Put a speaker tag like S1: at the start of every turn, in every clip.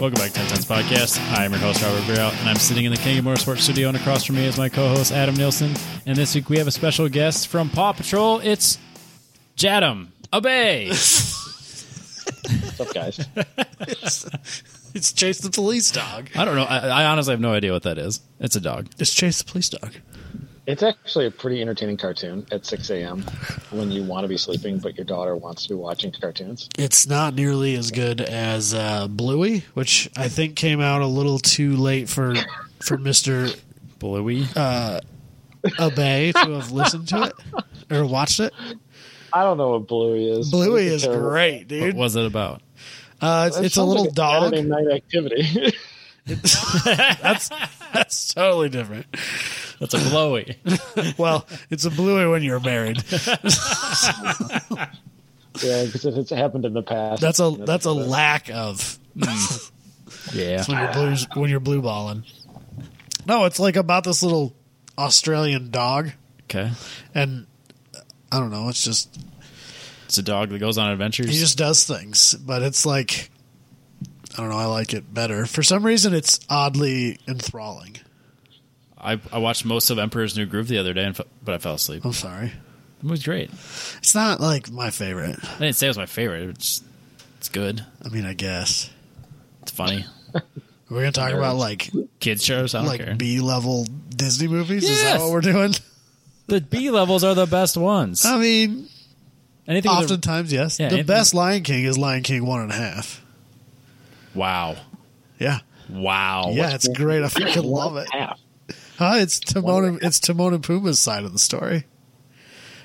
S1: Welcome back to 10 Cents Podcast. I'm your host, Robert Burrell, and I'm sitting in the King of Motorsports studio, and across from me is my co host, Adam Nielsen. And this week we have a special guest from Paw Patrol. It's Jadam Abay.
S2: What's up, guys?
S3: It's chase the police dog.
S1: I don't know. I, I honestly have no idea what that is. It's a dog.
S3: It's chase the police dog.
S2: It's actually a pretty entertaining cartoon at 6 a.m. when you want to be sleeping, but your daughter wants to be watching cartoons.
S3: It's not nearly as good as uh, Bluey, which I think came out a little too late for for Mister
S1: Bluey.
S3: Abay to have listened to it or watched it.
S2: I don't know what Bluey is.
S3: Bluey
S2: It's
S3: is
S2: a terrible-
S3: great,
S1: what
S3: dude.
S1: was it about?
S3: Uh, it's,
S2: That
S3: it's a
S2: sounds
S3: little
S2: like
S3: dog.
S2: Saturday night activity.
S3: That's totally different.
S1: That's a Blowy.
S3: Well, it's a Bluey when you're married.
S2: yeah, because it, it's happened in the past.
S3: That's a that's a lack of
S1: yeah.
S3: when you're blue when you're blue balling. No, it's like about this little Australian dog,
S1: Okay.
S3: and uh, I don't know. It's just
S1: It's a dog that goes on adventures.
S3: He just does things, but it's like I don't know. I like it better for some reason. It's oddly enthralling.
S1: I, I watched most of Emperor's New Groove the other day, and fe- but I fell asleep.
S3: I'm sorry.
S1: It was great.
S3: It's not like my favorite.
S1: I didn't say it was my favorite. It's, it's good.
S3: I mean, I guess
S1: It's funny.
S3: we're gonna talk about like
S1: Kids shows. I don't care.
S3: like B level Disney movies. Is
S1: Yes!
S3: that what we're doing?
S1: the B levels are the best ones.
S3: I mean,
S1: Anything with a-
S3: oftentimes yes.
S1: Yeah,
S3: the
S1: it-
S3: best Lion King is Lion King one and a half.
S1: Wow.
S3: Yeah,
S1: Wow.
S3: yeah, it's great. I fucking love it.
S2: half.
S3: Huh? It's Timon. And, it's Timon and Pumbaa's side of the story,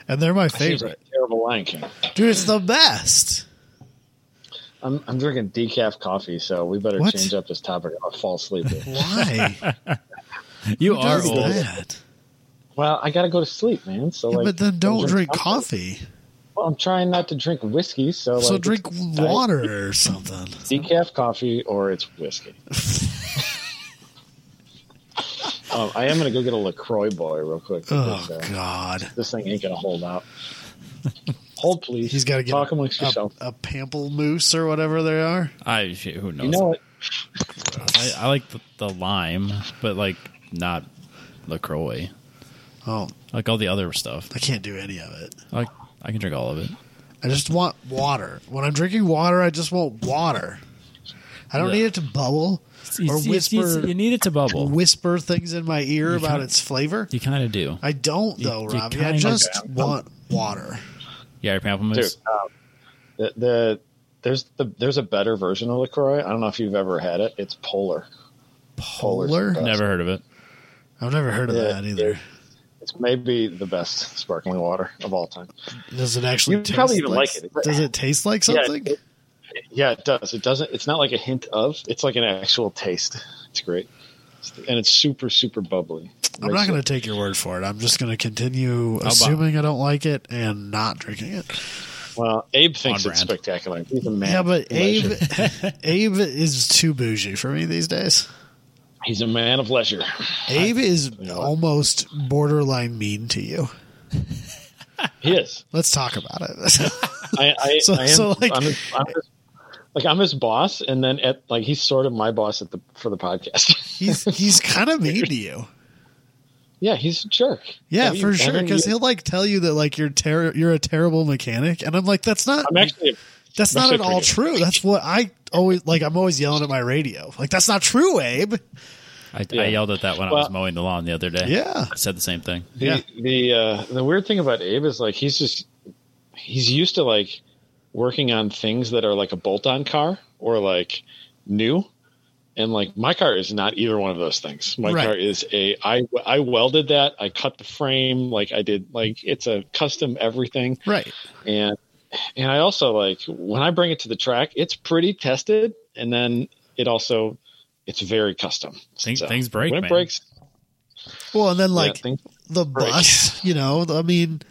S3: and they're my
S2: Seems
S3: favorite.
S2: like a terrible Lion King.
S3: Dude, it's the best.
S2: I'm, I'm drinking decaf coffee, so we better
S3: What?
S2: change up this topic. I'll fall asleep.
S3: Why?
S1: You
S3: Who
S1: are
S3: does
S1: old.
S3: that?
S2: well, I got to go to sleep, man. So,
S3: Yeah,
S2: like,
S3: but then don't
S2: I'll
S3: drink coffee.
S2: Well, I'm trying not to drink whiskey, so
S3: So
S2: like,
S3: drink water or something.
S2: it's decaf coffee or it's whiskey. um, I am going to go get a Lacroix boy real quick.
S3: Oh
S2: because, uh,
S3: God,
S2: this thing ain't gonna hold out. Hold, please.
S3: he's got to get
S2: talk
S3: a,
S2: amongst
S3: a,
S2: yourself.
S3: a pamplemousse or whatever they are.
S1: I who knows?
S2: you know it.
S1: I, I like the, the lime, but like not Lacroix.
S3: Oh,
S1: I Like all the other stuff.
S3: I can't do any of it.
S1: I like I can drink all of it.
S3: I just want water. When I'm drinking water, I just want water. I don't
S1: Yeah.
S3: need it to bubble or whisper
S1: you need it to bubble.
S3: whisper things in my ear about
S1: can't-
S3: its flavor.
S1: You kind of do.
S3: I don't
S1: you-
S3: though,
S1: you
S3: Robbie. I
S1: kinda-
S3: just
S2: Okay.
S3: want water.
S1: Yeah, your
S2: Dude,
S1: pamplemousse.
S2: um, the, the there's the there's a better version of Lacroix. I don't know if you've ever had it. It's Polar.
S3: Polar?
S2: Polar's the best.
S1: Never heard of it.
S3: I've never heard of
S2: Yeah,
S3: that either.
S2: It's maybe the best sparkling water of all time.
S3: Does it actually?
S2: You
S3: taste
S2: probably even
S3: like,
S2: like it.
S3: Does it taste like
S2: Yeah,
S3: something?
S2: it- Yeah, it does. It doesn't. It's not like a hint of. It's like an actual taste. It's great, and it's super super bubbly.
S3: I'm not going to take your word for it. I'm just going to continue assuming I don't like it and not drinking it.
S2: Well, Abe thinks
S1: On
S2: it's
S1: brand.
S2: spectacular. He's a man.
S3: yeah,
S2: of
S3: but
S2: leisure.
S3: Abe, Abe is too bougie for me these days.
S2: He's a man of leisure.
S3: Abe is
S2: know what?
S3: almost borderline mean to you.
S2: He is.
S3: Let's talk about it.
S2: I, I,
S3: So-
S2: I am,
S3: so, like-
S2: I'm, his, I'm his, like I'm his boss, and then at like he's sort of my boss at the for the podcast.
S3: he's he's kind of mean to you.
S2: yeah, he's a jerk.
S3: Yeah,
S2: Have you
S3: for sure.
S2: ever-
S3: Because he'll like tell you that like you're ter- you're a terrible mechanic, and I'm like, that's not
S2: I'm actually
S3: that's not
S2: actually
S3: at all
S2: pretty
S3: true. That's what I always like. I'm always yelling at my radio, like that's not true, Abe.
S1: I,
S2: Yeah.
S1: I yelled at that when I was
S2: Well-
S1: mowing the lawn the other day.
S3: Yeah,
S1: I said the same thing.
S2: the
S3: yeah.
S2: the uh, the weird thing about Abe is like he's just he's used to like working on things that are like a bolt on car or like new. And like my car is not either one of those things. My
S3: Right.
S2: car is a I I welded that. I cut the frame. Like I did. Like it's a custom everything.
S3: right.
S2: and and I also like when I bring it to the track, it's pretty tested, and then it also it's very custom.
S1: Things- things break,
S2: when it
S1: man.
S2: breaks.
S3: Well, and then
S2: yeah,
S3: like
S2: things-
S3: the
S2: break.
S3: bus, you know, I mean,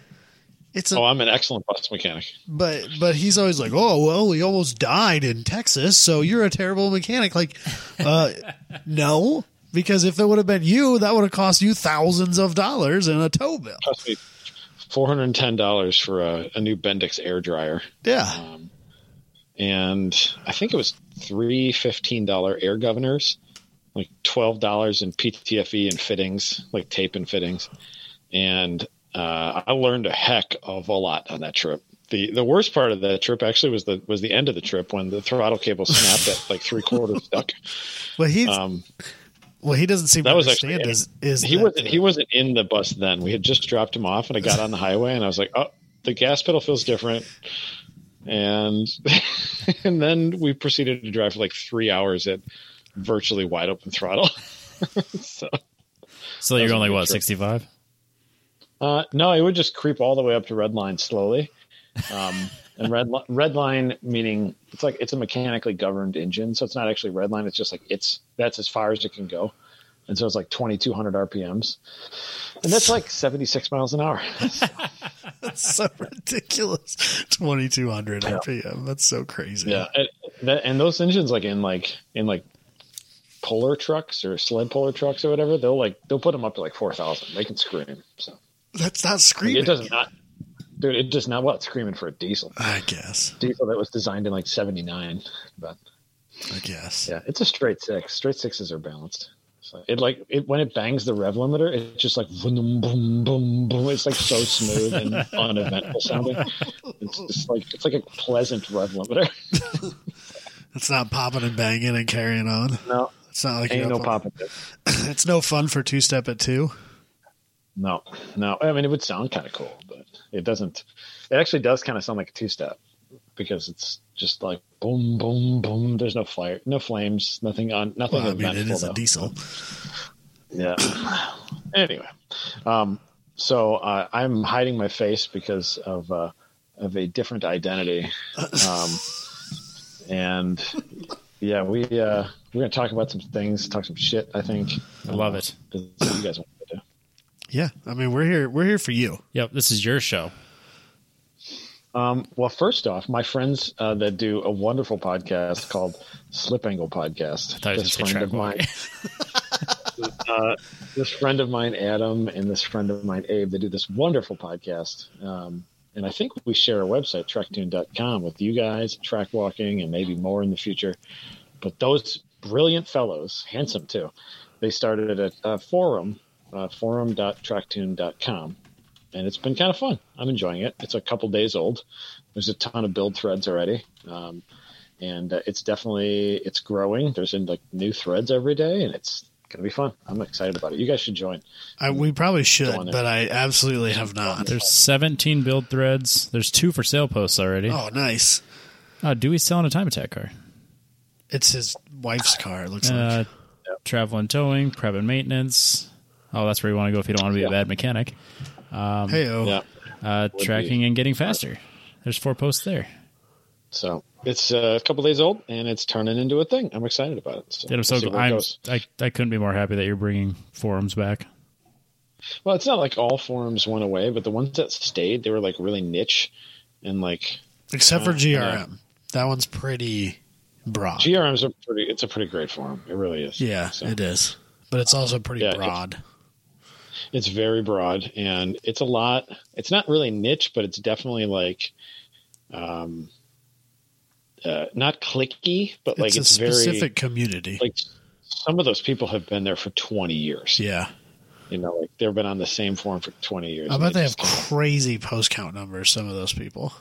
S3: it's a,
S2: oh, I'm an excellent bus mechanic.
S3: but but he's always like, oh well, we almost died in Texas, so you're a terrible mechanic. Like, uh, no, because if it would have been you, that would have cost you thousands of dollars in a tow bill.
S2: Cost me four hundred and ten dollars for a, a new Bendix air dryer,
S3: Yeah,
S2: Um, and I think it was three $15 air governors, like $12 in PTFE E and fittings, like tape and fittings. And uh, I learned a heck of a lot on that trip. The, the worst part of that trip actually was the was the end of the trip when the throttle cable snapped at like three quarters stuck.
S3: Well, he
S2: Um,
S3: well he doesn't seem to
S2: that was
S3: understand.
S2: actually-
S3: is is
S2: he
S3: that-
S2: wasn't he wasn't in the bus then. We had just dropped him off, and I got on the highway, and I was like, "Oh, the gas pedal feels different." And and then we proceeded to drive for like three hours at virtually wide open throttle.
S1: So you're
S2: so That was
S1: going like
S2: a
S1: what,
S2: good trip.
S1: sixty five?
S2: uh, no, it would just creep all the way up to red line slowly. Um, and red li- red line meaning it's like it's a mechanically governed engine, so it's not actually red line. It's just like it's that's as far as it can go, and so it's like twenty two hundred RPMs, and that's like seventy six miles an hour.
S3: so ridiculous. Twenty two hundred RPM. That's so crazy.
S2: yeah and, that, and those engines like in like in like polar trucks or sled polar trucks or whatever they'll like they'll put them up to like 4000 they can scream so
S3: that's not screaming.
S2: it does not dude it does not well it's screaming for a diesel
S3: I guess.
S2: diesel that was designed in like 79 but
S3: I guess.
S2: yeah it's a straight six straight sixes are balanced so it like it when it bangs the rev limiter it just like boom boom boom boom it's like so smooth and uneventful sounding it's just like it's like a pleasant rev limiter
S3: It's not popping and banging and carrying on.
S2: no
S3: It's not like
S2: ain't
S3: you're
S2: no
S3: up on-
S2: popping
S3: It's no fun for two step at two.
S2: No, no. I mean, it would sound kind of cool, but it doesn't. It actually does kind of sound like a two-step because it's just like boom, boom, boom. There's no fire, no flames, nothing on, nothing.
S3: Well, I mean, it
S2: eventful,
S3: is a
S2: though.
S3: diesel.
S2: Yeah. anyway, um, so uh, I'm hiding my face because of uh, of a different identity, um, and yeah, we uh, we're gonna talk about some things, talk some shit. I think
S1: I love it.
S2: That's what you guys want to do.
S3: Yeah, I mean, we're here. We're here for you.
S1: Yep, this is your show.
S2: Um, well, first off, my friends uh, that do a wonderful podcast called Slip Angle Podcast.
S1: thought you were gonna say
S2: friend of mine, uh, this friend of mine, Adam, and this friend of mine, Abe, they do this wonderful podcast. Um, and I think we share a website, trektune.com, with you guys, track walking, and maybe more in the future. But those brilliant fellows, handsome too, they started a, a forum, uh, forum.tracktune.com. And it's been kind of fun. I'm enjoying it. It's a couple days old. There's a ton of build threads already. Um, and uh, it's definitely it's growing. There's in like new threads every day, and it's gonna be fun. I'm excited about it. You guys should join.
S3: I, we probably
S2: on
S3: should,
S2: there.
S3: but I absolutely have not.
S1: There's seventeen build threads. There's two for sale posts already. Oh,
S3: Oh, nice!
S1: Dewey's selling a time attack car.
S3: It's his wife's car. It looks
S1: Uh,
S3: like.
S1: travel and towing, prep and maintenance. Oh, that's where you want to go if you don't want to be a
S2: Yeah.
S1: bad mechanic.
S3: Hey, oh,
S1: Uh,
S2: be-
S1: tracking and getting faster. There's four posts there.
S2: So it's uh, a couple days old, and it's turning into a thing. I'm excited about it. So
S1: Dude, I'm
S2: we'll
S1: so
S2: see
S1: gl-
S2: where it
S1: I'm,
S2: goes.
S1: I I couldn't be more happy that you're bringing forums back.
S2: Well, it's not like all forums went away, but the ones that stayed, they were like really niche, and like
S3: except for
S2: uh,
S3: GRM. That one's pretty broad.
S2: GRM's a pretty. It's a pretty great forum. It really is.
S3: yeah,
S2: So-
S3: it is, but it's also pretty
S2: Yeah, it's-
S3: broad.
S2: it's very broad and it's a lot it's not really niche but it's definitely like um uh, not clicky but like
S3: it's,
S2: it's,
S3: a
S2: very
S3: specific community.
S2: like some of those people have been there for 20 years
S3: yeah,
S2: you know like they've been on the same forum for 20 years
S3: I
S2: and
S3: bet they have
S2: just-
S3: crazy post count numbers. Some of those people.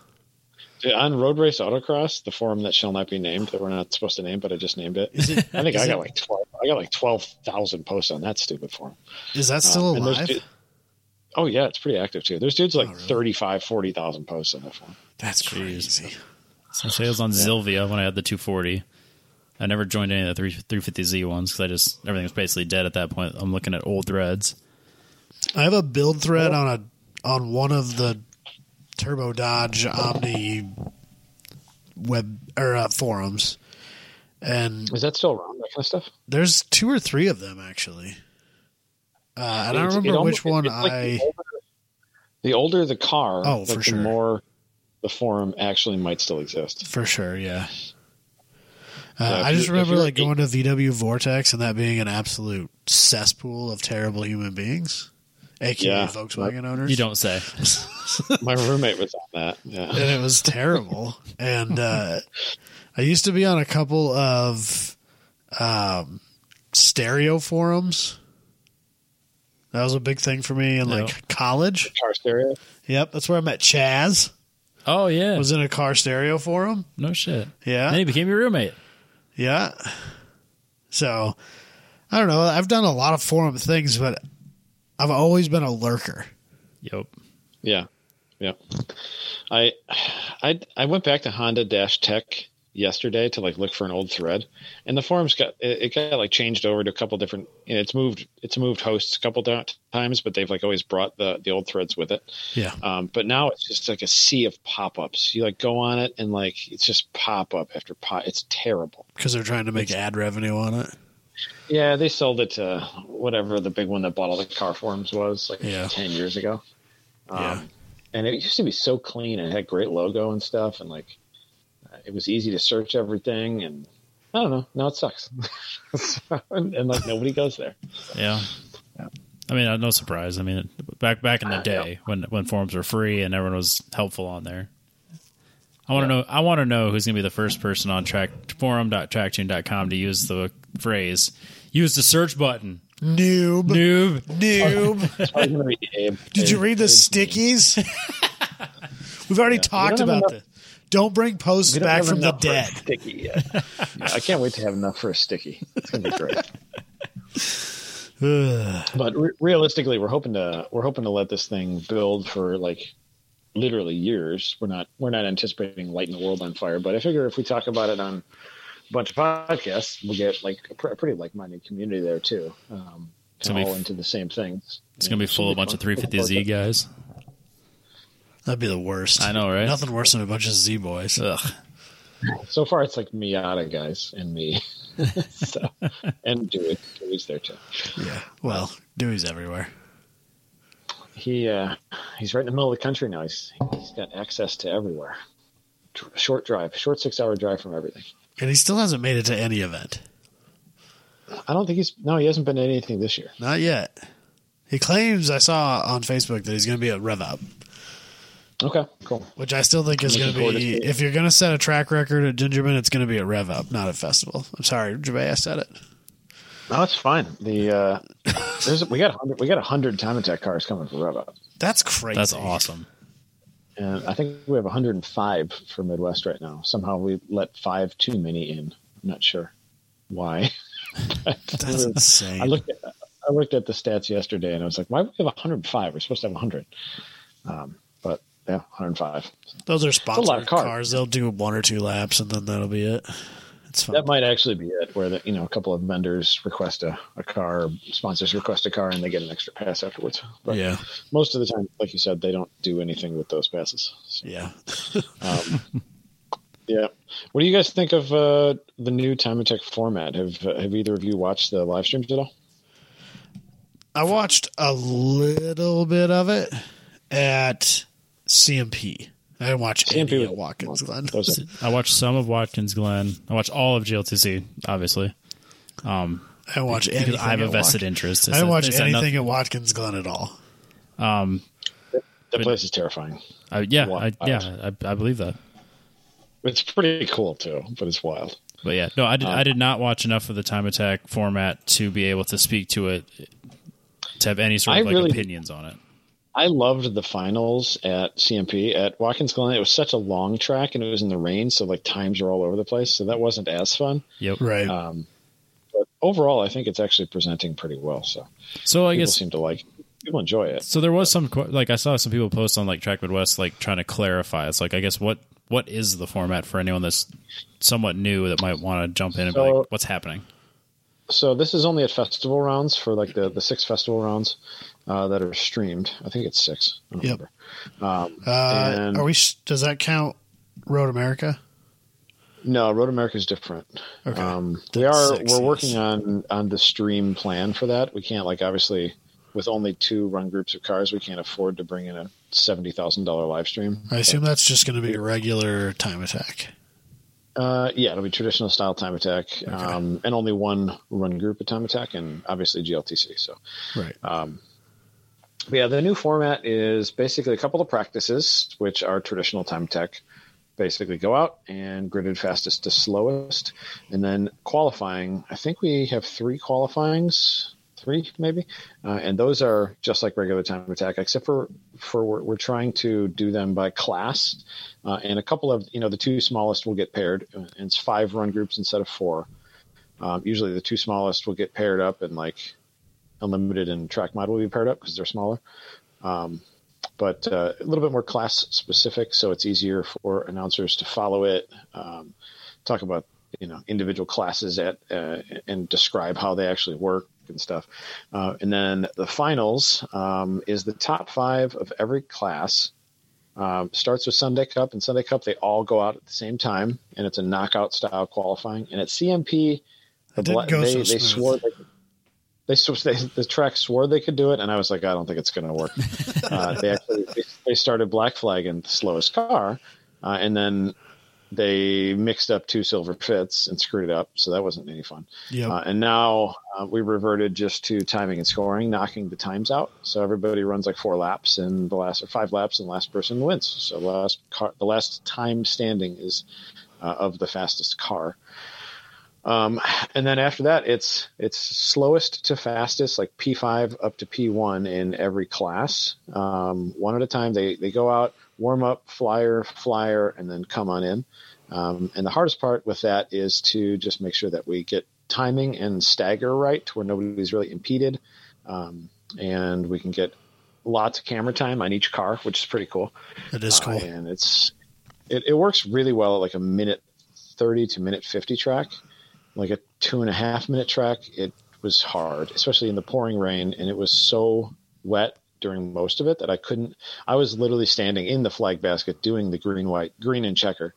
S2: on road race autocross the forum that shall not be named that we're not supposed to name but i just named it, i think
S3: is
S2: i got
S3: it-
S2: like 12 i got like 12000 posts on that stupid forum
S3: Is that still
S2: Um, and there's
S3: alive?
S2: du- oh yeah it's pretty active too there's dudes like
S3: Oh, really?
S2: thirty-five, forty thousand 35 40000 posts on that forum
S3: That's
S1: Jeez.
S3: crazy.
S1: So I was on Zilvia when I had the 240. I never joined any of the 3, 350Z ones because I just everything was basically dead at that point. I'm looking at old threads.
S3: I have a build
S2: Oh.
S3: thread on a on one of the Turbo Dodge Omni web or uh, forums, and
S2: Is that still around? That kind of stuff.
S3: there's two or three of them actually. Uh, I don't
S2: It's- it
S3: remember
S2: almost-
S3: which one
S2: it's like
S3: I.
S2: the, older, the older the car,
S3: Oh,
S2: like
S3: for
S2: the
S3: sure.
S2: more the forum actually might still exist.
S3: For sure, yeah. Uh,
S2: Yeah, if
S3: I
S2: you-
S3: just
S2: if
S3: remember
S2: you're
S3: like
S2: eight-
S3: going to VW Vortex and that being an absolute cesspool of terrible human beings, aka
S2: Yeah.
S3: Volkswagen owners.
S1: You don't say.
S2: My roommate was on that. Yeah,
S3: and it was terrible. and uh, I used to be on a couple of um, stereo forums. That was a big thing for me in
S1: No.
S3: like college.
S2: Car stereo.
S3: Yep, that's where I met Chaz.
S1: Oh yeah,
S3: Was in a car stereo forum.
S1: no shit.
S3: Yeah,
S1: Then he became your roommate.
S3: yeah. So I don't know. I've done a lot of forum things, but I've always been a lurker.
S1: Yep.
S2: Yeah, yeah. I, I, I went back to Honda Dash Tech yesterday to like look for an old thread, and the forums got it, it got like changed over to a couple different. You know, it's moved it's moved hosts a couple di- times, but they've like always brought the the old threads with it.
S3: Yeah.
S2: Um, but now it's just like a sea of pop ups. You like go on it and like it's just pop up after pop. It's terrible.
S3: because they're trying to make ad revenue on it.
S2: Yeah, they sold it to whatever the big one that bought all the car forums was like
S3: Yeah.
S2: 10 years ago. Um,
S3: Yeah.
S2: And it used to be so clean and it had great logo and stuff. And like it was easy to search everything. And I don't know. Now it sucks. So, and, and, like nobody goes there.
S1: Yeah. I mean, uh, no surprise. I mean, back back in the
S2: Uh,
S1: day when when forums were free and everyone was helpful on there. I want to know. I want to know who's going to be the first person on track forum.tracktune.com to use the phrase "use the search button."
S3: Noob.
S1: Noob.
S3: Noob.
S2: It's probably gonna be Abe.
S3: Did you
S2: Abe-
S3: read the
S2: Abe's
S3: stickies? We've already talked
S2: have
S3: about
S2: enough-
S3: this. Don't bring posts
S2: We don't
S3: back
S2: have
S3: from the
S2: enough for a
S3: dead.
S2: Sticky yet. Yeah, I can't wait to have enough for a sticky. It's gonna be great. but re- realistically, we're hoping to we're hoping to let this thing build for like literally years. We're not we're not anticipating lighting the world on fire. But I figure if we talk about it on a bunch of podcasts, we'll get like a, pr- a pretty like minded community there too. Um,
S1: It's
S2: kinda
S1: gonna be
S2: all
S1: f-
S2: into the same things.
S1: It's going to be full of a bunch of 350Z guys.
S3: That'd be the worst.
S1: I know, right?
S3: Nothing worse than a bunch of Z boys.
S1: Ugh.
S2: So far, it's like Miata guys and me. so, and Dewey. Dewey's there too.
S3: Yeah. Well, Dewey's everywhere.
S2: He uh, he's right in the middle of the country now. He's he's got access to everywhere. Dr- Short drive, short six hour drive from everything.
S3: And he still hasn't made it to any event.
S2: I don't think he's no, he hasn't been to anything this year.
S3: Not yet. He claims I saw on Facebook that he's going to be at Rev Up,
S2: Okay, cool.
S3: which I still think is
S2: Looking
S3: going to
S2: forward to
S3: be.
S2: seeing it.
S3: If you're going to set a track record at Gingerman, it's going to be at Rev Up, not at Festival. I'm sorry, Jabay, I said it.
S2: No, it's fine. The uh, there's we got 100, we got a hundred time attack cars coming for rev up,
S3: That's crazy.
S1: That's awesome.
S2: and I think we have 105 for Midwest right now. Somehow we let five too many in. I'm not sure why.
S3: That's insane.
S2: I looked at I looked at the stats yesterday, and I was like, why do we have 105? We're supposed to have 100. Um, but yeah, 105.
S3: Those are
S2: lot of
S3: sponsored cars.
S2: cars.
S3: They'll do one or two laps, and then that'll be it. It's fine.
S2: That might actually be it, where the, you know a couple of vendors request a, a car, sponsors request a car, and they get an extra pass afterwards. But
S3: yeah,
S2: most of the time, like you said, they don't do anything with those passes. So,
S3: yeah.
S2: um, yeah. What do you guys think of uh, the new Time Attack format? Have uh, Have either of you watched the live streams at all?
S3: I watched a little bit of it at CMP. I didn't watch
S2: CMP
S3: any
S2: was-
S3: at Watkins Glen.
S2: Those are-
S1: I watched some of Watkins Glen. I watched all of GLTC, obviously,
S3: I didn't watch anything.
S1: because I have a
S3: at
S1: vested
S3: Wat-
S1: interest.
S3: I didn't
S1: It's-
S3: watch
S1: it's enough-
S3: anything at Watkins Glen at all.
S1: Um,
S2: That place is terrifying.
S1: I, Uh, yeah,
S2: Wild.
S1: I, yeah, I, I believe that.
S2: It's pretty cool too, but it's wild.
S1: But yeah, no, I did.
S2: Um,
S1: I did not watch enough of the time attack format to be able to speak to it, to have any sort
S2: I
S1: of like
S2: really-
S1: opinions on it.
S2: I loved the finals at CMP at Watkins Glen. It was such a long track, and it was in the rain, so like times were all over the place. So that wasn't as fun.
S1: Yep.
S3: Right.
S2: Um, but overall, I think it's actually presenting pretty well. So
S1: So I
S2: people
S1: guess
S2: seem to like people enjoy it.
S1: so. There was some que- like I saw some people post on like Track Midwest like trying to clarify. It's like I guess what what is the format for anyone that's somewhat new that might want to jump in and be
S2: So-
S1: like, what's happening?
S2: So this is only at festival rounds for like the the six festival rounds uh, that are streamed. I think it's six. I don't
S3: Yep.
S2: remember. Um,
S3: uh,
S2: and-
S3: are we? s- Does that count? Road America.
S2: No, Road America is different.
S3: Okay.
S2: Um, we are
S3: Six,
S2: we're
S3: yes.
S2: working on on the stream plan for that. We can't like obviously with only two run groups of cars, we can't afford to bring in a seventy thousand dollar live stream.
S3: I assume that's just going to be a regular time attack.
S2: Uh, yeah, it'll be traditional style time attack, um, and only one run group of time attack, and obviously GLTC. So um,
S3: Right.
S2: But yeah, the new format is basically a couple of practices, which are traditional time tech. basically go out and gridded fastest to slowest. And then qualifying, I think we have three qualifyings, three maybe. Uh, and those are just like regular time attack, except for, for we're, we're trying to do them by class. Uh, and a couple of, you know, the two smallest will get paired. uh, And it's five run groups instead of four. Um, usually the two smallest will get paired up and like unlimited and track mod will be paired up because they're smaller. Um, but uh, a little bit more class specific, so it's easier for announcers to follow it. Um, talk about you know individual classes at uh, and describe how they actually work and stuff. Uh, and then the finals um, is the top five of every class. Um, starts with Sunday Cup and Sunday Cup. They all go out at the same time, and it's a knockout style qualifying. And at CMP, the
S3: That didn't
S2: bla-
S3: go
S2: they,
S3: so
S2: they
S3: smooth.
S2: swore they, they, sw- they the track swore they could do it, and I was like, I don't think it's going to work. uh, they actually they- they started Black Flag in the slowest car, uh, and then they mixed up two silver fits and screwed it up, so that wasn't any fun.
S3: Yep.
S2: Uh, and now uh, we reverted just to timing and scoring, knocking the times out. So everybody runs like four laps, and the last or five laps, and the last person wins. So last car, the last time standing is uh, of the fastest car. Um, and then after that, it's it's slowest to fastest, like P five up to P one in every class, um, one at a time. They they go out, warm up, flyer, flyer, and then come on in. Um, and the hardest part with that is to just make sure that we get timing and stagger right, to where nobody's really impeded, um, and we can get lots of camera time on each car, which is pretty cool.
S3: That is cool.
S2: Uh, and it's it, it works really well at like a minute 30 to minute 50 track like a two and a half minute track it was hard especially in the pouring rain and it was so wet during most of it that i couldn't i was literally standing in the flag basket doing the green white green and checker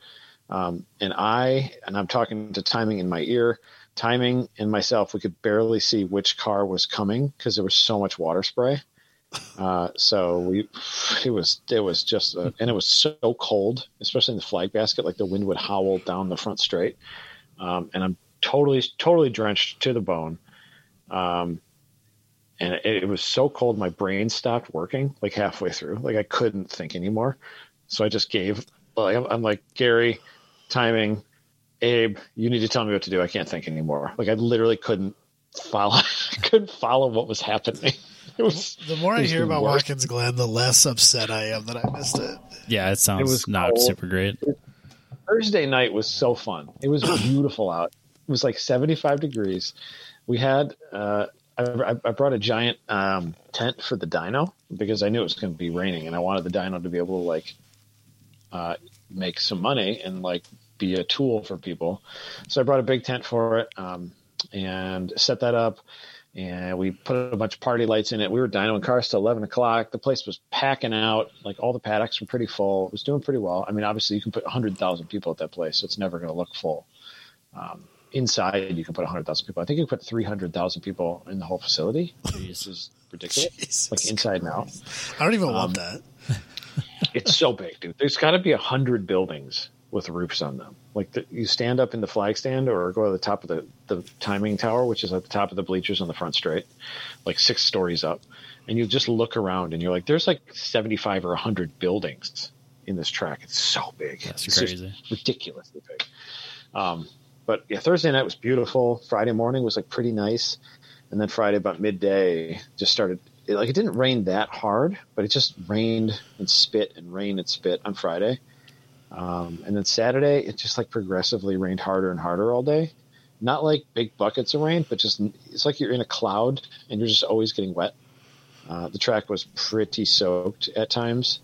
S2: um, and i and i'm talking to timing in my ear timing and myself we could barely see which car was coming because there was so much water spray uh, so we, it was it was just uh and it was so cold, especially in the flag basket. Like the wind would howl down the front straight, um, and I'm totally totally drenched to the bone. Um, and it, it was so cold, my brain stopped working like halfway through. Like I couldn't think anymore, so I just gave. Like I'm, I'm like Gary, timing, Abe, you need to tell me what to do. I can't think anymore. Like I literally couldn't follow. I couldn't follow what was happening. It was
S3: the more I
S2: it's
S3: hear
S2: the
S3: about
S2: worst.
S3: Watkins Glen, the less upset I am that I missed it.
S1: Yeah, it sounds
S2: was
S1: not
S2: cold.
S1: super great.
S2: Thursday night was so fun. It was beautiful out. It was like 75 degrees. We had, uh, I, I- I brought a giant um, tent for the dyno because I knew it was going to be raining and I wanted the dyno to be able to like uh, make some money and like be a tool for people. So I brought a big tent for it um, and set that up. And we put a bunch of party lights in it. We were dynoing cars till 11 o'clock. The place was packing out. Like all the paddocks were pretty full. It was doing pretty well. I mean, obviously, you can put 100,000 people at that place, so it's never going to look full. Um, inside, you can put 100,000 people. I think you can put 300,000 people in the whole facility, which is ridiculous. Like inside and out.
S3: I don't even
S2: Um,
S3: want that.
S2: It's so big, dude. There's got to be a hundred buildings with roofs on them. Like the, you stand up in the flag stand or go to the top of the, the timing tower, which is at the top of the bleachers on the front straight, like six stories up. And you just look around and you're like, there's like 75 or hundred buildings in this track. It's so big.
S1: That's
S2: It's just
S1: crazy.
S2: ridiculously big. Um, but yeah, Thursday night was beautiful. Friday morning was like pretty nice. And then Friday about midday just started it, like it didn't rain that hard, but it just rained and spit and rained and spit on Friday. Um, and then Saturday, it just like progressively rained harder and harder all day. Not like big buckets of rain, but just it's like you're in a cloud and you're just always getting wet. Uh, the track was pretty soaked at times.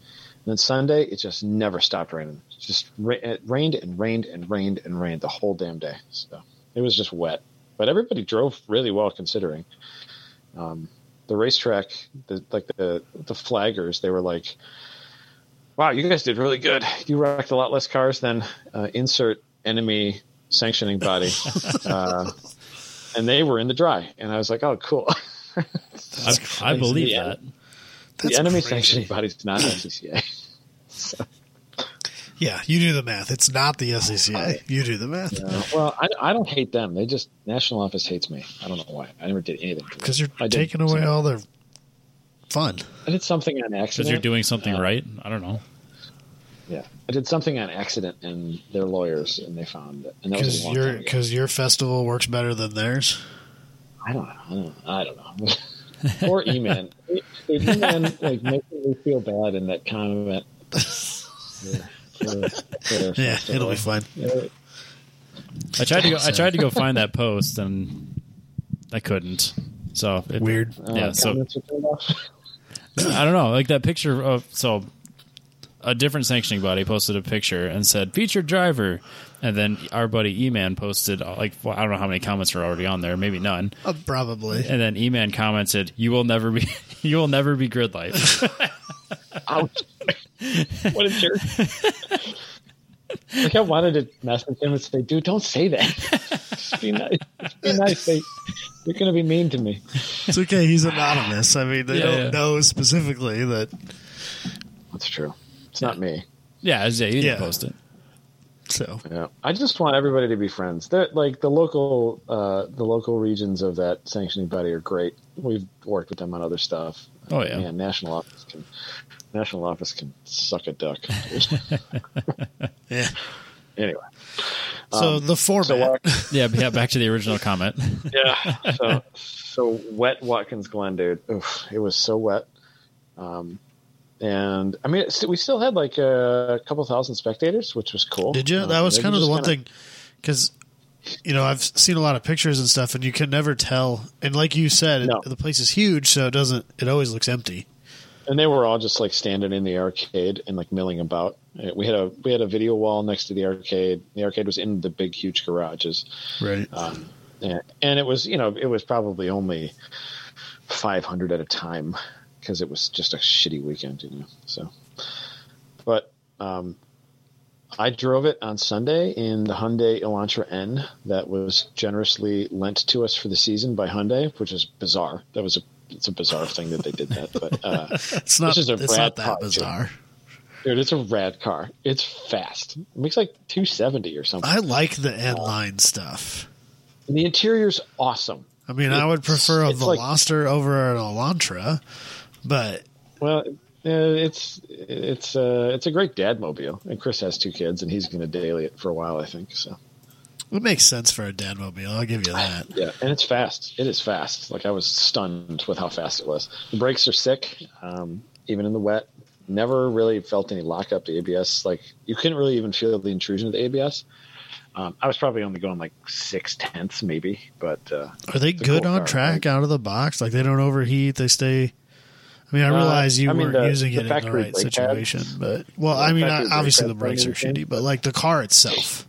S2: And then Sunday, it just never stopped raining. It just ra- it rained and rained and rained and rained the whole damn day. So it was just wet. But everybody drove really well considering. Um, the racetrack, the, like the the flaggers, they were like, "Wow, you guys did really good. You wrecked a lot less cars than uh, insert enemy sanctioning body." uh, and they were in the dry, and I was like, "Oh, cool."
S1: I, I believe
S2: Yeah.
S1: that.
S3: That's
S2: the enemy
S3: crazy.
S2: sanctioning body's not SCCA.
S3: Yeah, you do the math. It's not the SCCA. You do the math
S2: Uh, well, I, I don't hate them. They just national office hates me. I don't know why. I never did anything. for them.
S3: because you're
S2: I did
S3: taking away
S2: something-
S3: all their fun.
S2: I did something on
S1: Because
S2: accident.
S1: you're doing something right. I don't know.
S2: Yeah, I did something on accident, and their lawyers, and they found it. And that was
S3: Because
S2: a long time
S3: your
S2: ago.
S3: because your festival works better than theirs.
S2: I don't, I don't, I don't know. Poor E-Man. Dude, E-Man like making me feel bad in that comment.
S3: Yeah, it'll be
S2: fun.
S3: fine.
S1: I tried to go. I tried to go find that post, and I couldn't. So it,
S3: Weird.
S2: Uh,
S1: Yeah, so-
S2: comments are turned off.
S1: I don't know. Like that picture of so a different sanctioning body posted a picture and said featured driver, and then our buddy E-Man posted like well, I don't know how many comments are already on there, maybe none.
S3: Uh, probably.
S1: And then E-Man commented, "You will never be, you will never be grid life."
S2: Ouch. what a jerk. like I wanted to message him and say, dude, don't say that. Just be nice. Just be nice. They, you're going to be mean to me.
S3: It's okay. He's anonymous. I mean, they
S1: Yeah,
S3: don't
S1: yeah.
S3: know specifically that.
S2: That's true. It's not me.
S1: yeah, yeah, you didn't
S3: Yeah.
S1: post it.
S3: So
S2: Yeah. I just want everybody to be friends. They're, like the local, uh, the local regions of that sanctioning body are great. We've worked with them on other stuff.
S1: Oh, yeah.
S2: Man, national office can, national office can suck a duck.
S3: yeah.
S2: anyway.
S3: So the format.
S2: So uh,
S1: Yeah, but yeah. Back to the original comment.
S2: yeah. So, so wet Watkins Glen, dude. Oof, it was so wet. Um, and I mean, it's- we still had like a couple thousand spectators, which was cool. Um,
S3: Did you? That was
S2: They
S3: kind of
S2: uh, just
S3: the one
S2: kinda-
S3: thing, because you know I've seen a lot of pictures and stuff, and you can never tell. And like you said,
S2: No.
S3: the place is huge, so it doesn't. It always looks empty.
S2: And they were all just like standing in the arcade and like milling about. Uh, We had a we had a video wall next to the arcade. The arcade was in the big, huge garages.
S3: Right.
S2: Um, and, and it was, you know, it was probably only 500 at a time because it was just a shitty weekend, you know. So, but um, I drove it on Sunday in the Hyundai Elantra N that was generously lent to us for the season by Hyundai, which is bizarre. That was a it's a bizarre thing that they did that, but uh,
S3: It's not.
S2: this is a
S3: It's
S2: rad
S3: not that
S2: project.
S3: bizarre.
S2: dude, it's a rad car. It's fast. It makes like 270 or something.
S3: I like the end line stuff.
S2: And the interior's awesome.
S3: I mean, I would
S2: It's-
S3: prefer a
S2: it's like-
S3: Veloster over an Elantra, but
S2: Well, uh, it's it's uh, it's a great dad mobile, and Chris has two kids, and he's going to daily it for a while, I think. So
S3: it makes sense for a Danmobile. I'll give you that.
S2: yeah, and it's fast. It is fast. Like I was stunned with how fast it was. The brakes are sick, um, even in the wet. Never really felt any lockup. The ABS, like you couldn't really even feel the intrusion of the ABS. Um, I was probably only going like six tenths, maybe, but uh,
S3: Are they
S2: a
S3: good
S2: cool
S3: on
S2: car.
S3: track out of the box? Like they don't overheat. They stay. I mean, I
S2: Uh,
S3: realize you
S2: I mean,
S3: weren't
S2: the-
S3: using
S2: the
S3: it in the
S2: factory
S3: right
S2: brake pads-
S3: situation, but well,
S2: the
S3: I mean, I,
S2: factory brake
S3: obviously the
S2: pads
S3: brakes are
S2: don't do anything.
S3: shitty, but like the car itself,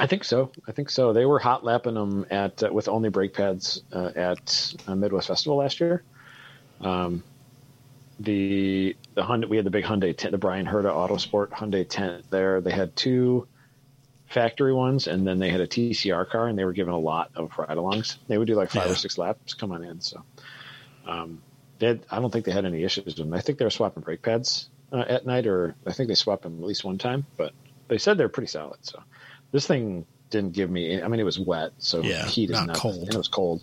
S2: I think so. I think so. They were hot lapping them at uh, with only brake pads uh, at uh, Midwest Festival last year. Um, the the Hyundai, we had the big Hyundai tent, the Brian Herta Autosport Hyundai tent there. They had two factory ones, and then they had a TCR car, and they were given a lot of ride-alongs. They would do like five
S3: Yeah.
S2: or six laps. Come on in. So, um, they had, I don't think they had any issues with them. I think they were swapping brake pads uh, at night, or I think they swapped them at least one time. But they said they're pretty solid. So this thing didn't give me. I mean, it was wet, so
S3: Yeah,
S2: heat is
S3: not
S2: not,
S3: cold.
S2: And it was cold,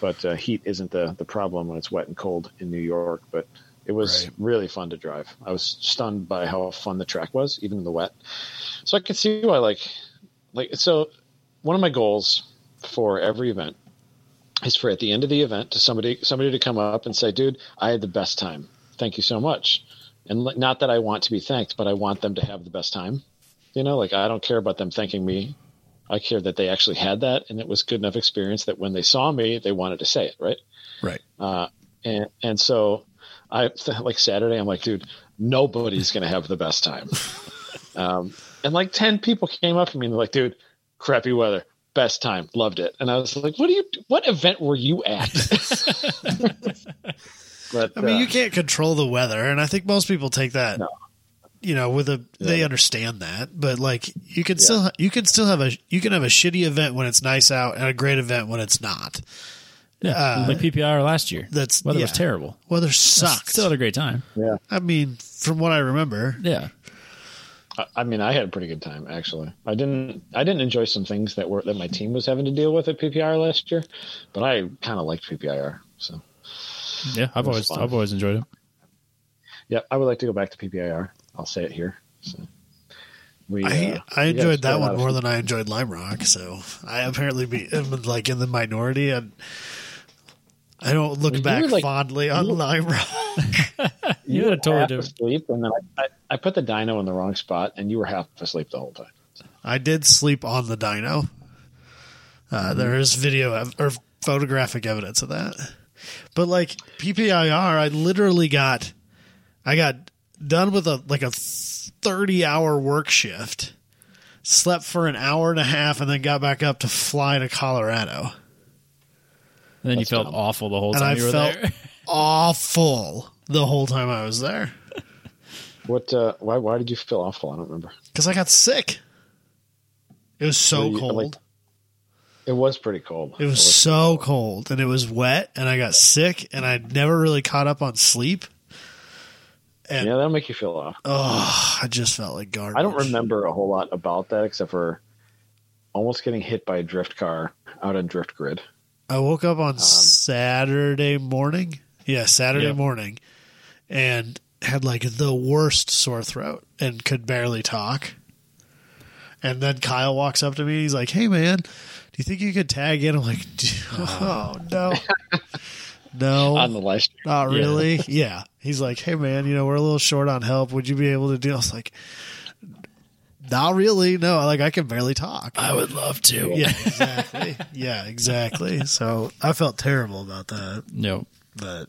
S2: but uh, heat isn't the the problem when it's wet and cold in New York. But it was
S3: Right.
S2: really fun to drive. I was stunned by how fun the track was, even in the wet. So I could see why, like, like so. One of my goals for every event is for at the end of the event to somebody somebody to come up and say, "Dude, I had the best time. Thank you so much." And l- not that I want to be thanked, but I want them to have the best time. You know, like I don't care about them thanking me. I care that they actually had that and it was good enough experience that when they saw me, they wanted to say it, right?
S3: right?
S2: Uh, and and so I like Saturday, I'm like, dude, nobody's gonna have the best time. um, and like ten people came up to me and they're like, dude, crappy weather, best time, loved it. And I was like, what do you? What event were you at? but
S3: I mean,
S2: uh,
S3: you can't control the weather, and I think most people take that,
S2: No.
S3: you know, with a they
S2: Yeah.
S3: understand that, but like you can
S2: Yeah.
S3: still you can still have a you can have a shitty event when it's nice out and a great event when it's not.
S1: Yeah,
S3: Uh,
S1: like PPR last year.
S3: That's
S1: Weather was
S3: yeah.
S1: terrible.
S3: Weather sucks.
S1: Still had a great time.
S2: yeah,
S3: I mean, from what I remember,
S1: Yeah,
S2: I- I mean, I had a pretty good time actually. I didn't, I didn't enjoy some things that were that my team was having to deal with at PPR last year, but I kind of liked PPIR. So
S1: yeah. I've
S2: was
S1: always,
S2: fun.
S1: I've always enjoyed it.
S2: yeah, I would like to go back to PPIR. I'll say it here. So we, uh,
S3: I, I
S2: we gotta
S3: enjoyed
S2: spread
S3: that
S2: out.
S3: one more than I enjoyed Lime Rock. So I apparently be, am like in the minority, and I don't look
S2: You were,
S3: back
S2: like-
S3: fondly on Lime Rock.
S1: You
S2: You
S1: had
S2: were
S1: a totally
S2: half
S1: different-
S2: asleep, and then I, I, I put the dyno in the wrong spot, and you were half asleep the whole time.
S3: I did sleep on the dino. Uh, there is video ev- or photographic evidence of that. But like PPIR, I literally got, I got done with a like a thirty-hour work shift, slept for an hour and a half, and then got back up to fly to Colorado.
S1: And then you felt awful the whole
S3: and
S1: time
S3: I
S1: you were
S3: felt
S1: there.
S3: awful the whole time I was there
S2: What? Uh, why? Why did you feel awful? I don't remember.
S3: because I got sick. It was so
S2: Really?
S3: cold.
S2: Like- It was pretty cold.
S3: it was so cold and it was wet and I got sick and I never really caught up on sleep. And
S2: yeah, that'll make you feel off.
S3: oh, I just felt like garbage.
S2: I don't remember a whole lot about that except for almost getting hit by a drift car out on drift grid.
S3: I woke up
S2: Um,
S3: on Saturday morning. Yeah, Saturday
S1: Yeah.
S3: morning and had like the worst sore throat and could barely talk. And then Kyle walks up to me. He's like, "Hey, man, do you think you could tag in?" I'm like, "Oh no, no."
S2: On the live stream.
S3: Not
S1: Yeah.
S3: really. yeah. He's like, hey man, you know, we're a little short on help. Would you be able to do? I was like, not really. No, like I can barely talk.
S1: I would love to.
S3: yeah, exactly. yeah, exactly. So I felt terrible about that,
S1: Yep.
S3: but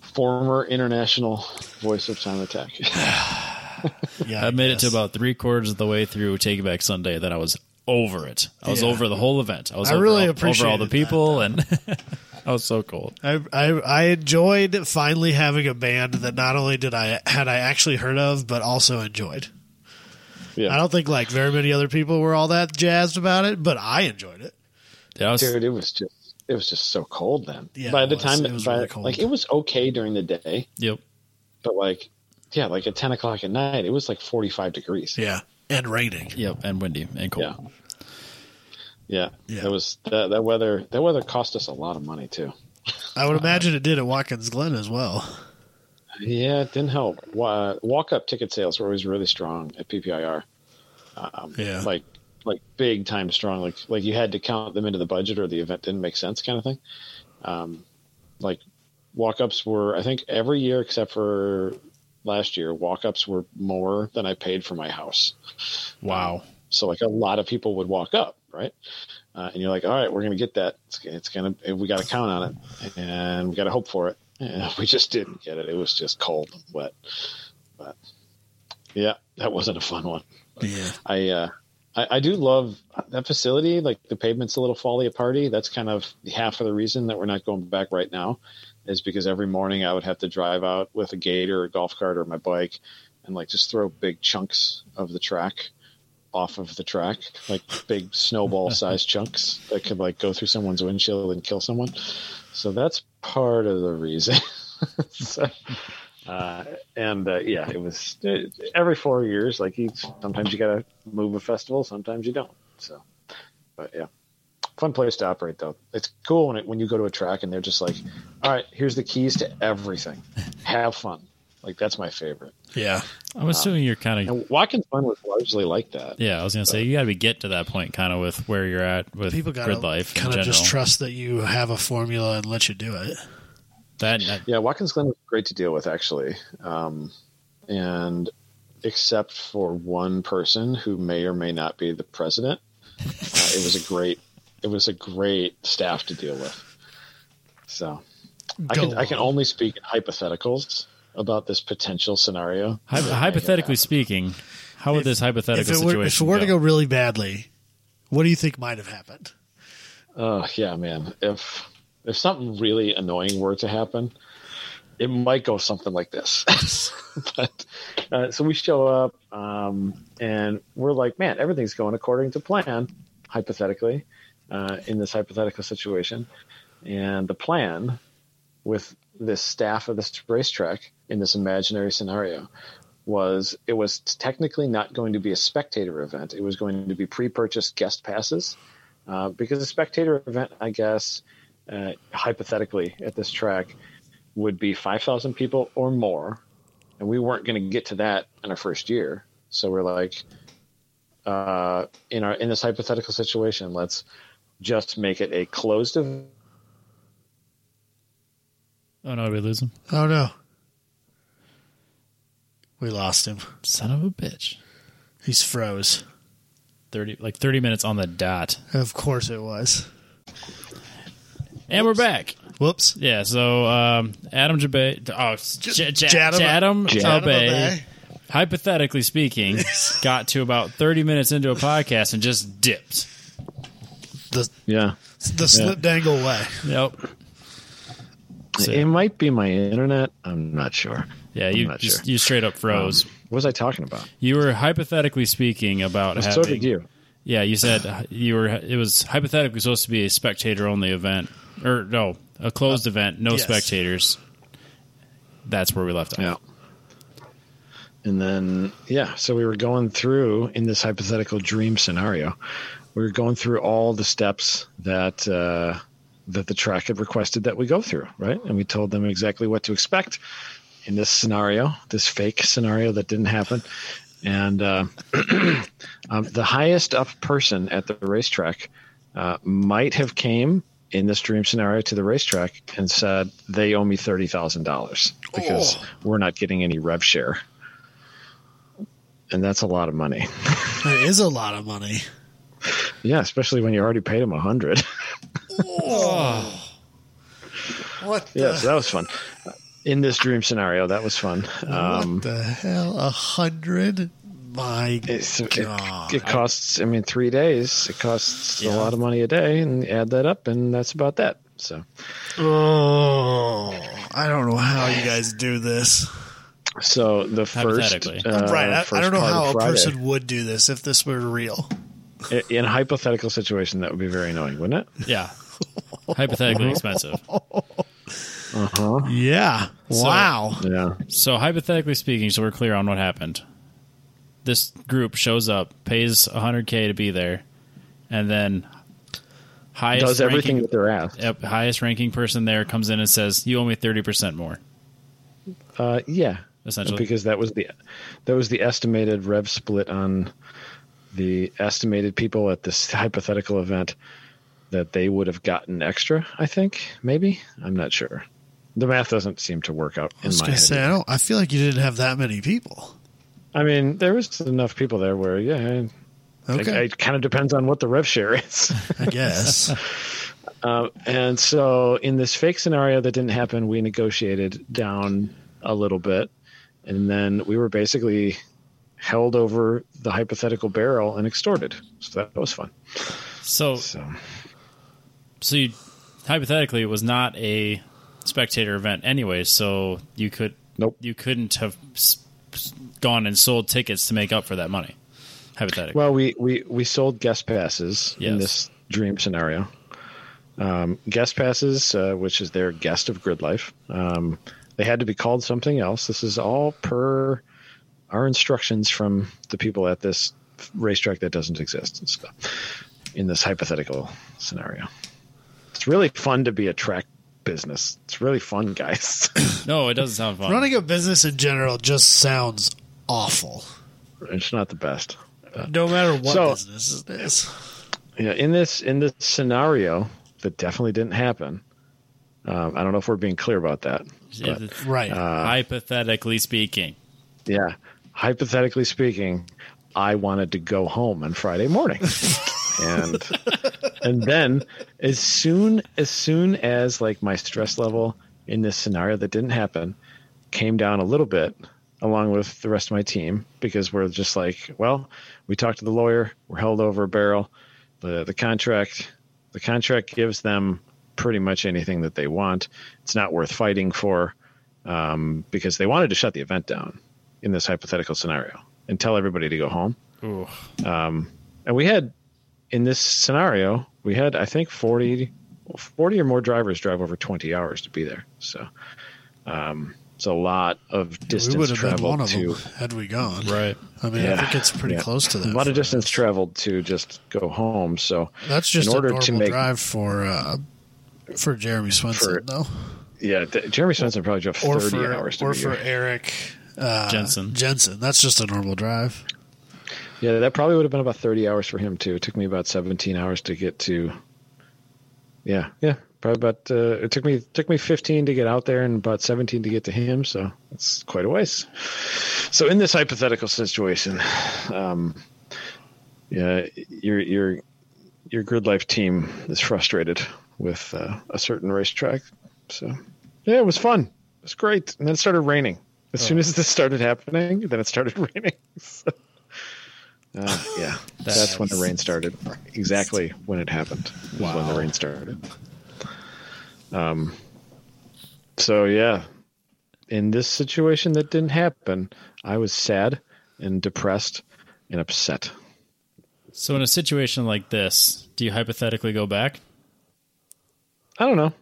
S2: Former international voice of time attack.
S3: yeah,
S1: I made it to
S3: guess.
S1: about three quarters of the way through Take It Back Sunday. Then I was over it. I was
S3: Yeah.
S1: over the whole event. I was
S3: I
S1: over,
S3: really
S1: all, over all
S3: appreciated
S1: the
S3: that,
S1: people, and I was so cold.
S3: I, I I enjoyed finally having a band that not only did I had I actually heard of, but also enjoyed. I
S2: yeah,
S3: don't think like very many other people were all that jazzed about it, but I enjoyed it.
S1: Yeah, I was,
S2: dude, it was just it was just so cold then.
S3: Yeah,
S2: by
S3: it
S2: the
S3: was.
S2: time
S3: It was
S2: by,
S3: really cold.
S2: like it was okay during the day,
S1: yep.
S2: but like yeah, like at ten o'clock at night, it was like forty five degrees.
S3: Yeah, and raining.
S1: Yep. And windy and cold.
S2: Yeah. Yeah,
S3: Yeah.
S2: That was that, that weather. That weather cost us a lot of money too.
S3: I would imagine it did at Watkins Glen as well.
S2: Yeah, it didn't help. Walk up ticket sales were always really strong at PPIR.
S3: Yeah.
S2: like like big time strong like like you had to count them into the budget or the event didn't make sense kind of thing um like walk ups were i think every year except for last year walk ups were more than i paid for my house
S1: Wow.
S2: so like a lot of people would walk up right uh, and you're like all right we're gonna get that it's, it's gonna we gotta count on it and we gotta hope for it and we just didn't get it it was just cold and wet but yeah that wasn't a fun one
S3: yeah.
S2: I, uh, I I do love that facility. Like the pavement's a little folly party. That's kind of half of the reason that we're not going back right now, is because every morning I would have to drive out with a gator, or a golf cart, or my bike, and like just throw big chunks of the track off of the track, like big snowball sized chunks that could like go through someone's windshield and kill someone. So that's part of the reason. so, uh, and uh, yeah, it was it, every four years. Like you, sometimes you gotta move a festival, sometimes you don't. So, but yeah, fun place to operate though. It's cool when it, when you go to a track and they're just like, all right, here's the keys to everything. Have fun. Like that's my favorite.
S3: Yeah.
S1: I'm assuming you're kind of.
S2: And Watkins Fun was largely like that.
S1: Yeah, I was gonna say you got to be get to that point kind of with where you're at with
S3: People got
S1: grid life
S3: to
S1: in
S3: kind of
S1: general.
S3: just trust that you have a formula and let you do it.
S1: that, that-
S2: Yeah, Watkins Glen was great to deal with actually, um, and except for one person who may or may not be the president, uh, it was a great it was a great staff to deal with. So I
S3: Go
S2: can I can
S3: on.
S2: only speak in hypotheticals about this potential scenario.
S1: hy- hypothetically speaking, how would this
S3: If
S1: hypothetical
S3: it,
S1: situation
S3: were, if it were to go
S1: go?
S3: really badly, what do you think might have happened?
S2: Oh yeah, man. If if something really annoying were to happen, it might go something like this. but uh, so we show up, um, and we're like, man, everything's going according to plan, hypothetically, uh, in this hypothetical situation, and the plan with this staff of this racetrack in this imaginary scenario was it was technically not going to be a spectator event. It was going to be pre-purchased guest passes uh, because a spectator event, I guess, uh, hypothetically at this track, would be 5,000 people or more and we weren't going to get to that in our first year. So we're like, uh, in our in this hypothetical situation, let's just make it a closed event.
S1: Oh no, did we lose him?
S3: Oh no. We lost him.
S1: Son of a bitch.
S3: He's froze.
S1: Thirty like thirty minutes on the dot,
S3: Of course it was.
S1: and we're back.
S3: Whoops.
S1: Yeah. So um, Adam Jabay. Oh, J- J-
S3: Jadam-
S1: Jadam
S3: Jadam
S1: Jabay.
S3: Abay.
S1: Hypothetically speaking, got to about thirty minutes into a podcast and just dipped.
S3: The
S2: Yeah,
S3: the slip dangle way.
S1: Yep. So-
S2: it might be my internet. I'm not sure.
S1: Yeah,
S2: I'm
S1: you
S2: not
S1: just,
S2: sure.
S1: you straight up froze.
S2: What was I talking about?
S1: you were hypothetically speaking about having.
S2: so did you.
S1: Yeah, you said uh, you were. It was hypothetically supposed to be a spectator only event, or no, a
S2: Uh,
S1: closed event, no
S3: yes.
S1: spectators. That's where we left off.
S2: Yeah. And then, yeah, so we were going through in this hypothetical dream scenario, we were going through all the steps that uh, that the track had requested that we go through, right? And we told them exactly what to expect in this scenario, this fake scenario that didn't happen. And uh, um, the highest up person at the racetrack uh, might have came in this dream scenario to the racetrack and said they owe me thirty thousand dollars because
S3: Oh.
S2: we're not getting any rev share, and that's a lot of money.
S3: That is a lot of money.
S2: Yeah, especially when you already paid him a hundred.
S3: Oh. What the,
S2: yeah, so that was fun. In this dream scenario, that was fun. Um,
S3: what the hell? A hundred? My
S2: it's, it,
S3: God.
S2: it costs. I mean, three days. It costs
S1: Yeah.
S2: a lot of money a day, and add that up, and that's about that. So.
S3: oh, I don't know how you guys do this.
S2: So the first,
S1: Hypothetically.
S2: uh,
S3: right. I, I
S2: first
S3: don't know
S2: part of
S3: how a
S2: Friday-
S3: person would do this if this were real.
S2: i- in a hypothetical situation that would be very annoying, wouldn't it?
S1: Yeah. hypothetically expensive.
S2: Uh huh.
S3: Yeah. wow.
S2: Yeah.
S1: So hypothetically speaking, so we're clear on what happened. This group shows up, pays 100k to be there, and then highest
S2: Does everything
S1: ranking,
S2: that they're asked.
S1: yep, highest ranking person there comes in and says, "You owe me 30% more."
S2: Uh, yeah.
S1: Essentially.
S2: because that was the that was the estimated rev split on the estimated people at this hypothetical event that they would have gotten extra. I think maybe I'm not sure. The math doesn't seem to work out
S3: I
S2: in
S3: was
S2: my
S3: gonna
S2: head.
S3: say I don't. I feel like you didn't have that many people.
S2: I mean, there was enough people there where yeah,
S3: Okay.
S2: it, it kind of depends on what the rev share is.
S3: I guess.
S2: Um, and so, in this fake scenario that didn't happen, we negotiated down a little bit, and then we were basically held over the hypothetical barrel and extorted. So that was fun.
S1: So
S2: So
S1: so you hypothetically it was not a spectator event anyway, so you could
S2: Nope.
S1: you couldn't have s- s- gone and sold tickets to make up for that money. Hypothetically.
S2: Well, we we we sold guest passes in
S1: Yes.
S2: this dream scenario. Um, guest passes, uh, which is their guest of grid life, um, they had to be called something else. This is all per our instructions from the people at this racetrack that doesn't exist and stuff. In this hypothetical scenario, it's really fun to be a track business. It's really fun, guys.
S1: no, it doesn't sound fun.
S3: Running a business in general just sounds awful.
S2: it's not the best.
S3: No matter what
S2: Uh, So-
S3: business it is.
S2: Yeah, in this in this scenario that definitely didn't happen. Um, I don't know if we're being clear about that.
S1: Yeah,
S2: but,
S1: that's-
S3: Right.
S2: uh,
S1: hypothetically speaking.
S2: yeah, hypothetically speaking, I wanted to go home on Friday morning, and and then as soon as soon as like my stress level in this scenario that didn't happen came down a little bit along with the rest of my team because we're just like well we talked to the lawyer we're held over a barrel the the contract the contract gives them pretty much anything that they want it's not worth fighting for um, because they wanted to shut the event down in this hypothetical scenario and tell everybody to go home Um,
S1: Ooh.
S2: and we had in this scenario we had i think 40 40 or more drivers drive over 20 hours to be there so um it's a lot of
S3: We
S2: distance
S3: would have been
S2: traveled
S3: one of
S2: to
S3: them had we gone.
S1: Right.
S3: I mean, I
S2: Yeah.
S3: think it's pretty
S2: Yeah.
S3: close to
S2: a
S3: that.
S2: lot of
S3: for
S2: distance
S3: us.
S2: traveled to just go home so
S3: That's just
S2: in order
S3: a
S2: to
S3: normal
S2: make-
S3: drive for uh, for Jeremy Swenson,
S2: For-
S3: though,
S2: yeah th- jeremy swenson probably drove
S3: or
S2: 30
S3: for
S2: hours to
S3: or
S2: be
S3: for
S2: here.
S3: Eric uh,
S1: Jensen.
S3: Jensen. That's just a normal drive.
S2: Yeah, that probably would have been about 30 hours for him, too. It took me about 17 hours to get to. Yeah, yeah. Probably about uh, it took me took me 15 to get out there and about 17 to get to him, so that's quite a ways. So in this hypothetical situation, um, yeah, your your your grid life team is frustrated with uh, a certain racetrack. So yeah, it was fun. It was great, and then it started raining. As soon as this started happening, then it started raining. So, uh, yeah, that's, when the rain started. Exactly when it happened. Was When the rain started. Um. So yeah, in this situation that didn't happen, I was sad and depressed and upset.
S1: So in a situation like this, do you hypothetically go back?
S2: I don't know.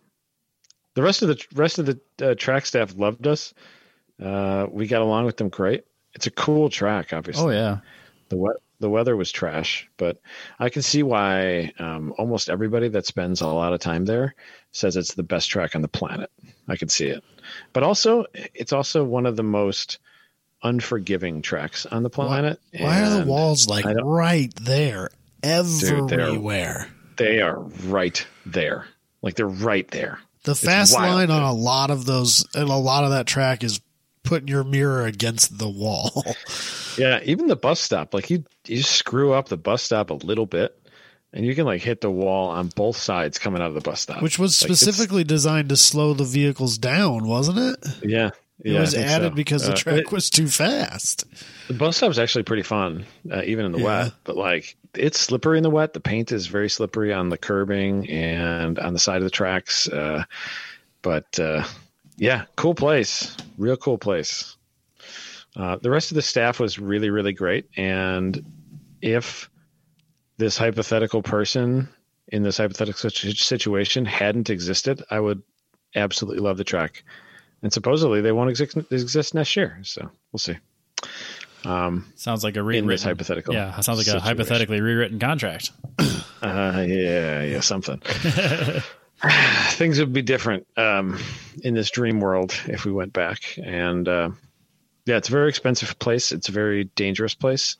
S2: The rest of the rest of the uh, track staff loved us. Uh, we got along with them great. It's a cool track,
S3: Oh.
S2: obviously.
S1: Oh, yeah.
S2: The we- the weather was trash, but I can see why um, almost everybody that spends a lot of time there says it's the best track on the planet. I can see it, but also it's also one of the most unforgiving tracks on the planet.
S3: Why are the
S2: and
S3: walls like
S2: I don't-
S3: right there,
S2: they're-
S3: everywhere?
S2: They are right there, like they're right there.
S3: the fast
S2: wild,
S3: line on a lot of those and a lot of that track is putting your mirror against the wall.
S2: Yeah, even the bus stop, like you you screw up the bus stop a little bit and you can like hit the wall on both sides coming out of the bus stop.
S3: which was
S2: Like, it's-
S3: specifically designed to slow the vehicles down, wasn't it?
S2: yeah.
S3: It
S2: yeah, I
S3: was
S2: think
S3: added
S2: so.
S3: because the
S2: Uh,
S3: track
S2: it-
S3: was too fast.
S2: the bus stop's actually pretty fun, uh, even in the
S3: Yeah.
S2: wet. But like, it's slippery in the wet. The paint is very slippery on the curbing and on the side of the tracks. Uh, but uh, yeah, cool place, real cool place. Uh, the rest of the staff was really, really great. And if this hypothetical person in this hypothetical situ- situation hadn't existed, I would absolutely love the track. And supposedly they won't exist, exist next year. So we'll see. Um,
S1: Sounds like a
S2: in
S1: rewritten
S2: this hypothetical.
S1: Yeah, sounds like a
S2: situation.
S1: hypothetically rewritten contract.
S2: Uh, yeah, yeah, something. Things would be different um, in this dream world if we went back. And uh, yeah, it's a very expensive place. It's a very dangerous place.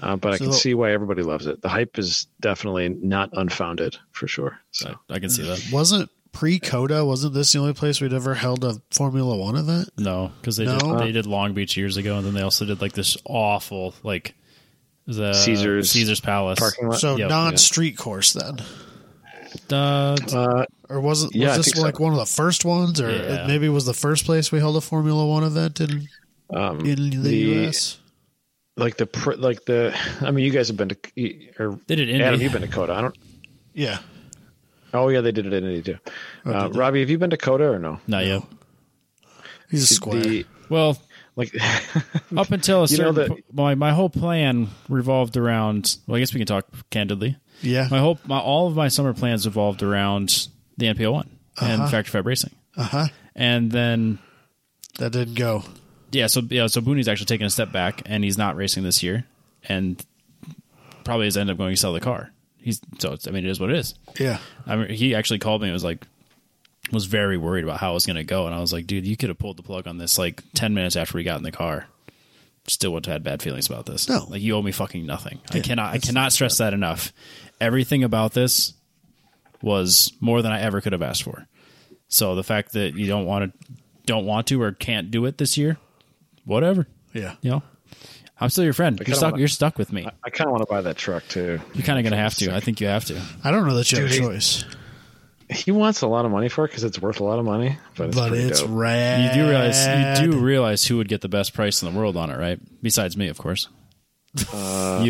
S2: Uh, but I can
S3: So-
S2: see why everybody loves it. The hype is definitely not unfounded for sure. So
S1: I, I can see that.
S3: Wasn't pre Coda, wasn't this the only place we'd ever held a Formula One event?
S1: No, because they
S3: No?
S1: did they did Long Beach years ago, and then they also did like this awful like the
S2: Caesar's
S1: Caesar's Palace.
S2: parking lot.
S3: So
S1: yeah,
S3: non street course then.
S1: Uh,
S2: uh,
S3: Or was it was
S2: Yeah, I
S3: this
S2: think so.
S3: like one of the first ones or
S1: Yeah.
S3: it maybe was the first place we held a Formula One event in
S2: um,
S3: in the,
S2: the-
S3: US?
S2: like the pr- like the. I mean, you guys have been to or
S1: they did Indy.
S2: Adam, you've been to Coda. I don't.
S3: Yeah.
S2: Oh yeah, they did it in Indy too. Uh,
S3: did Oh, they?
S2: Robbie, have you been to Coda or no?
S1: Not yet.
S3: He's a square.
S2: The-
S1: Well,
S2: like
S1: up until a
S2: You know
S1: certain
S2: that-
S1: po- my my whole plan revolved around. Well, I guess we can talk candidly.
S3: yeah.
S1: My whole my all of my summer plans revolved around the NPO one and Factor Five Racing,
S3: Uh huh.
S1: and then
S3: That didn't go.
S1: yeah, so yeah, so Booney's actually taking a step back and he's not racing this year, and probably has ended up going to sell the car. He's so it's, I mean it is what it is.
S3: Yeah.
S1: I mean, he actually called me and was like, was very worried about how it was going to go. And I was like, dude, you could have pulled the plug on this like 10 minutes after we got in the car. Still would have had bad feelings about this.
S3: No.
S1: Like, you owe me fucking nothing. I cannot, I cannot stress that enough. Everything about this was more than I ever could have asked for. So the fact that you don't want to, don't want to, or can't do it this year, whatever,
S3: Yeah.
S1: you know, I'm still your friend. You're
S2: kinda
S1: stuck,
S2: wanna-
S1: you're stuck with me.
S2: I kind of want to buy that truck too.
S1: You're kind of going to have to. I think you have to.
S3: I don't know that you have a
S2: Dude,
S3: choice,
S2: He wants a lot of money for it because it's worth a lot of money, but it's
S3: but
S2: pretty
S3: it's
S2: dope.
S3: rad.
S1: You do realize you do realize who would get the best price in the world on it, right? Besides me, of course. you.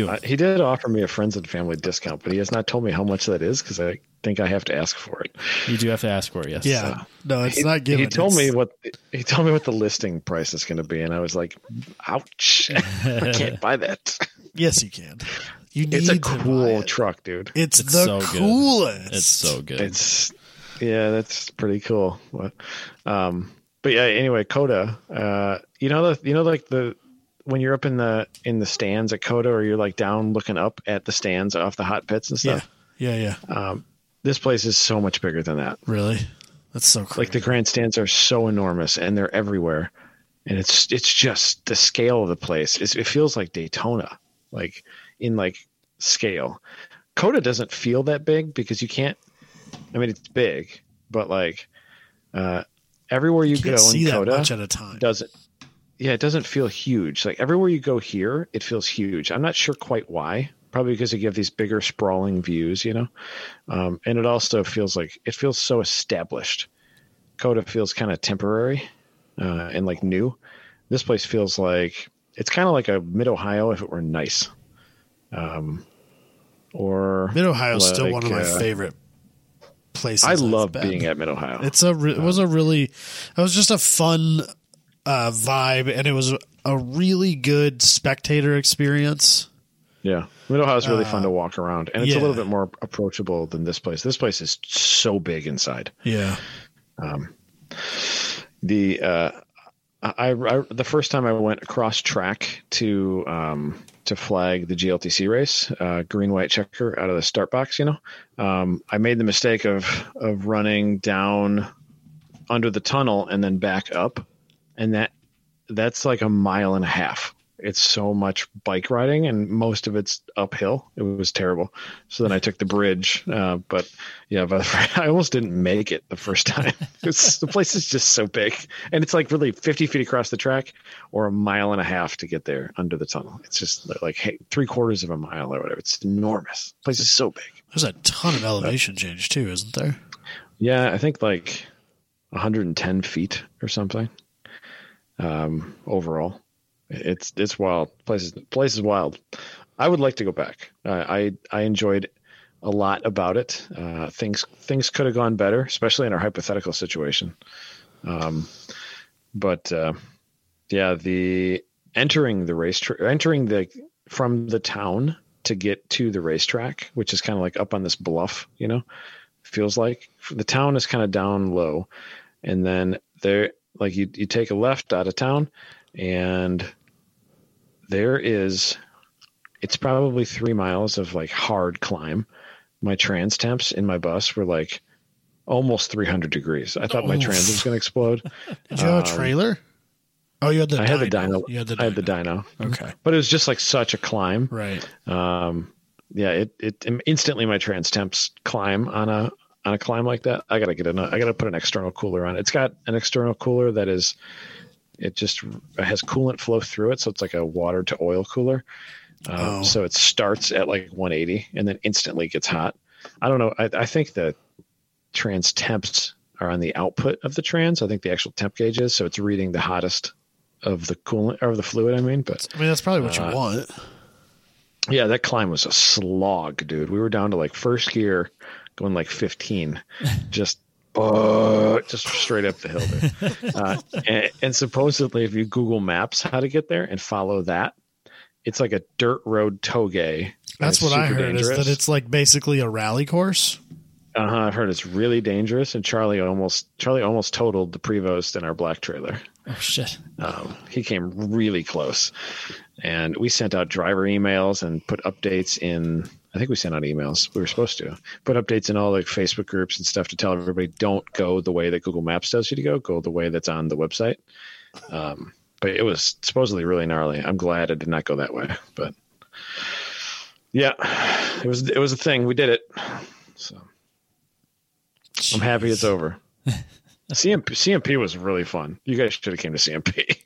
S2: Uh, he did offer me a friends and family discount, but he has not told me how much that is because I think I have to ask for it.
S1: you do have to ask for it, yes.
S3: Yeah. No, it's
S2: He-
S3: not given.
S2: He told
S3: It's-
S2: me what he told me what the listing price is going to be, and I was like, "Ouch, I can't buy that."
S3: Yes, you can. You need
S2: It's a
S3: to buy
S2: cool
S3: it.
S2: truck, dude.
S3: It's,
S1: It's
S3: the
S1: so good.
S3: coolest.
S1: It's so good.
S2: It's yeah, that's pretty cool. What- Um, but yeah, anyway, Coda. Uh, you know, the, you know, like the when you're up in the in the stands at Coda, or you're like down looking up at the stands off the hot pits and
S3: yeah.
S2: stuff. um,
S3: Yeah. Yeah.
S2: This place is so much bigger than that.
S3: Really? That's so cool.
S2: Like the grandstands are so enormous and they're everywhere. and it's it's just the scale of the place. It's, it feels like Daytona, like in like scale. Coda doesn't feel that big because you can't. I mean, it's big, but like uh, everywhere you,
S3: Can't
S2: go
S3: see
S2: in
S3: that
S2: Coda,
S3: much at a time.
S2: doesn't yeah it doesn't feel huge like everywhere you go here it feels huge i'm not sure quite why probably because you have these bigger sprawling views you know um, and it also feels like it feels so established coda feels kind of temporary uh, and like new this place feels like it's kind of like a mid-ohio if it were nice um, or
S3: Mid Ohio's still
S2: like,
S3: one of my
S2: uh,
S3: favorite places.
S2: i
S3: I've
S2: love
S3: been.
S2: being at mid-ohio
S3: It's a re- it was a really it was just a fun uh, vibe, and it was a really good spectator experience.
S2: Yeah, Middle House is really fun to walk around, and it's
S3: yeah.
S2: a little bit more approachable than this place. This place is so big inside.
S3: Yeah,
S2: The uh, I, I the first time I went across track to um, to flag the GLTC race, uh, green white checker out of the start box. You know, um, I made the mistake of of running down under the tunnel and then back up, and that that's like a mile and a half. It's so much bike riding, and most of it's uphill. It was terrible. So then I took the bridge, uh, but yeah, but I almost didn't make it the first time. It's, the place is just so big, and it's like really fifty feet across the track, or a mile and a half to get there under the tunnel. It's just li- like hey, three quarters of a mile or whatever. It's enormous. place is so big.
S3: there's a ton of elevation change too, isn't there?
S2: Yeah, I think like 110 feet or something. Um, overall, it's it's wild. Places place is wild. I would like to go back. Uh, I I enjoyed a lot about it. Uh, things things could have gone better, especially in our hypothetical situation. Um, but uh, yeah, the entering the racetrack, entering the from the town to get to the racetrack, which is kind of like up on this bluff, you know feels like the town is kind of down low and then there like you, you take a left out of town and there is it's probably three miles of like hard climb my trans temps in my bus were like almost 300 degrees i thought my
S3: Oof.
S2: trans was going to explode
S3: Did you have a
S2: Um,
S3: trailer? Oh, you had the
S2: i
S3: dyno.
S2: had the dyno
S3: You had the
S2: i had the dyno
S3: Okay,
S2: but it was just like such a climb
S3: right.
S2: um yeah it it instantly my trans temps climb on a on a climb like that i gotta get an i gotta put an external cooler on it's got an external cooler that is it just has coolant flow through it so it's like a water to oil cooler um,
S3: Oh.
S2: so it starts at like 180 and then instantly gets hot i don't know i, I think the trans temps are on the output of the trans i think the actual temp gauge is so it's reading the hottest of the coolant or of the fluid i mean but
S3: I mean, that's probably what
S2: Uh,
S3: you want.
S2: yeah, that climb was a slog, dude. We were down to like first gear, going like 15, just uh, just straight up the hill there. Uh, and, and supposedly, if you Google Maps how to get there and follow that, it's like a dirt road toge.
S3: That's what I heard is that it's like basically a rally course.
S2: Uh-huh, I've heard it's really dangerous, and Charlie almost Charlie almost totaled the prevost in our black trailer.
S1: Oh shit!
S2: Um, he came really close, and we sent out driver emails and put updates in. I think we sent out emails. We were supposed to put updates in all the Facebook groups and stuff to tell everybody don't go the way that Google Maps tells you to go. Go the way that's on the website. Um, but it was supposedly really gnarly. I'm glad I did not go that way. But yeah, it was it was a thing. We did it. So I'm happy it's over. CMP, CMP was really fun. You guys should have came to CMP.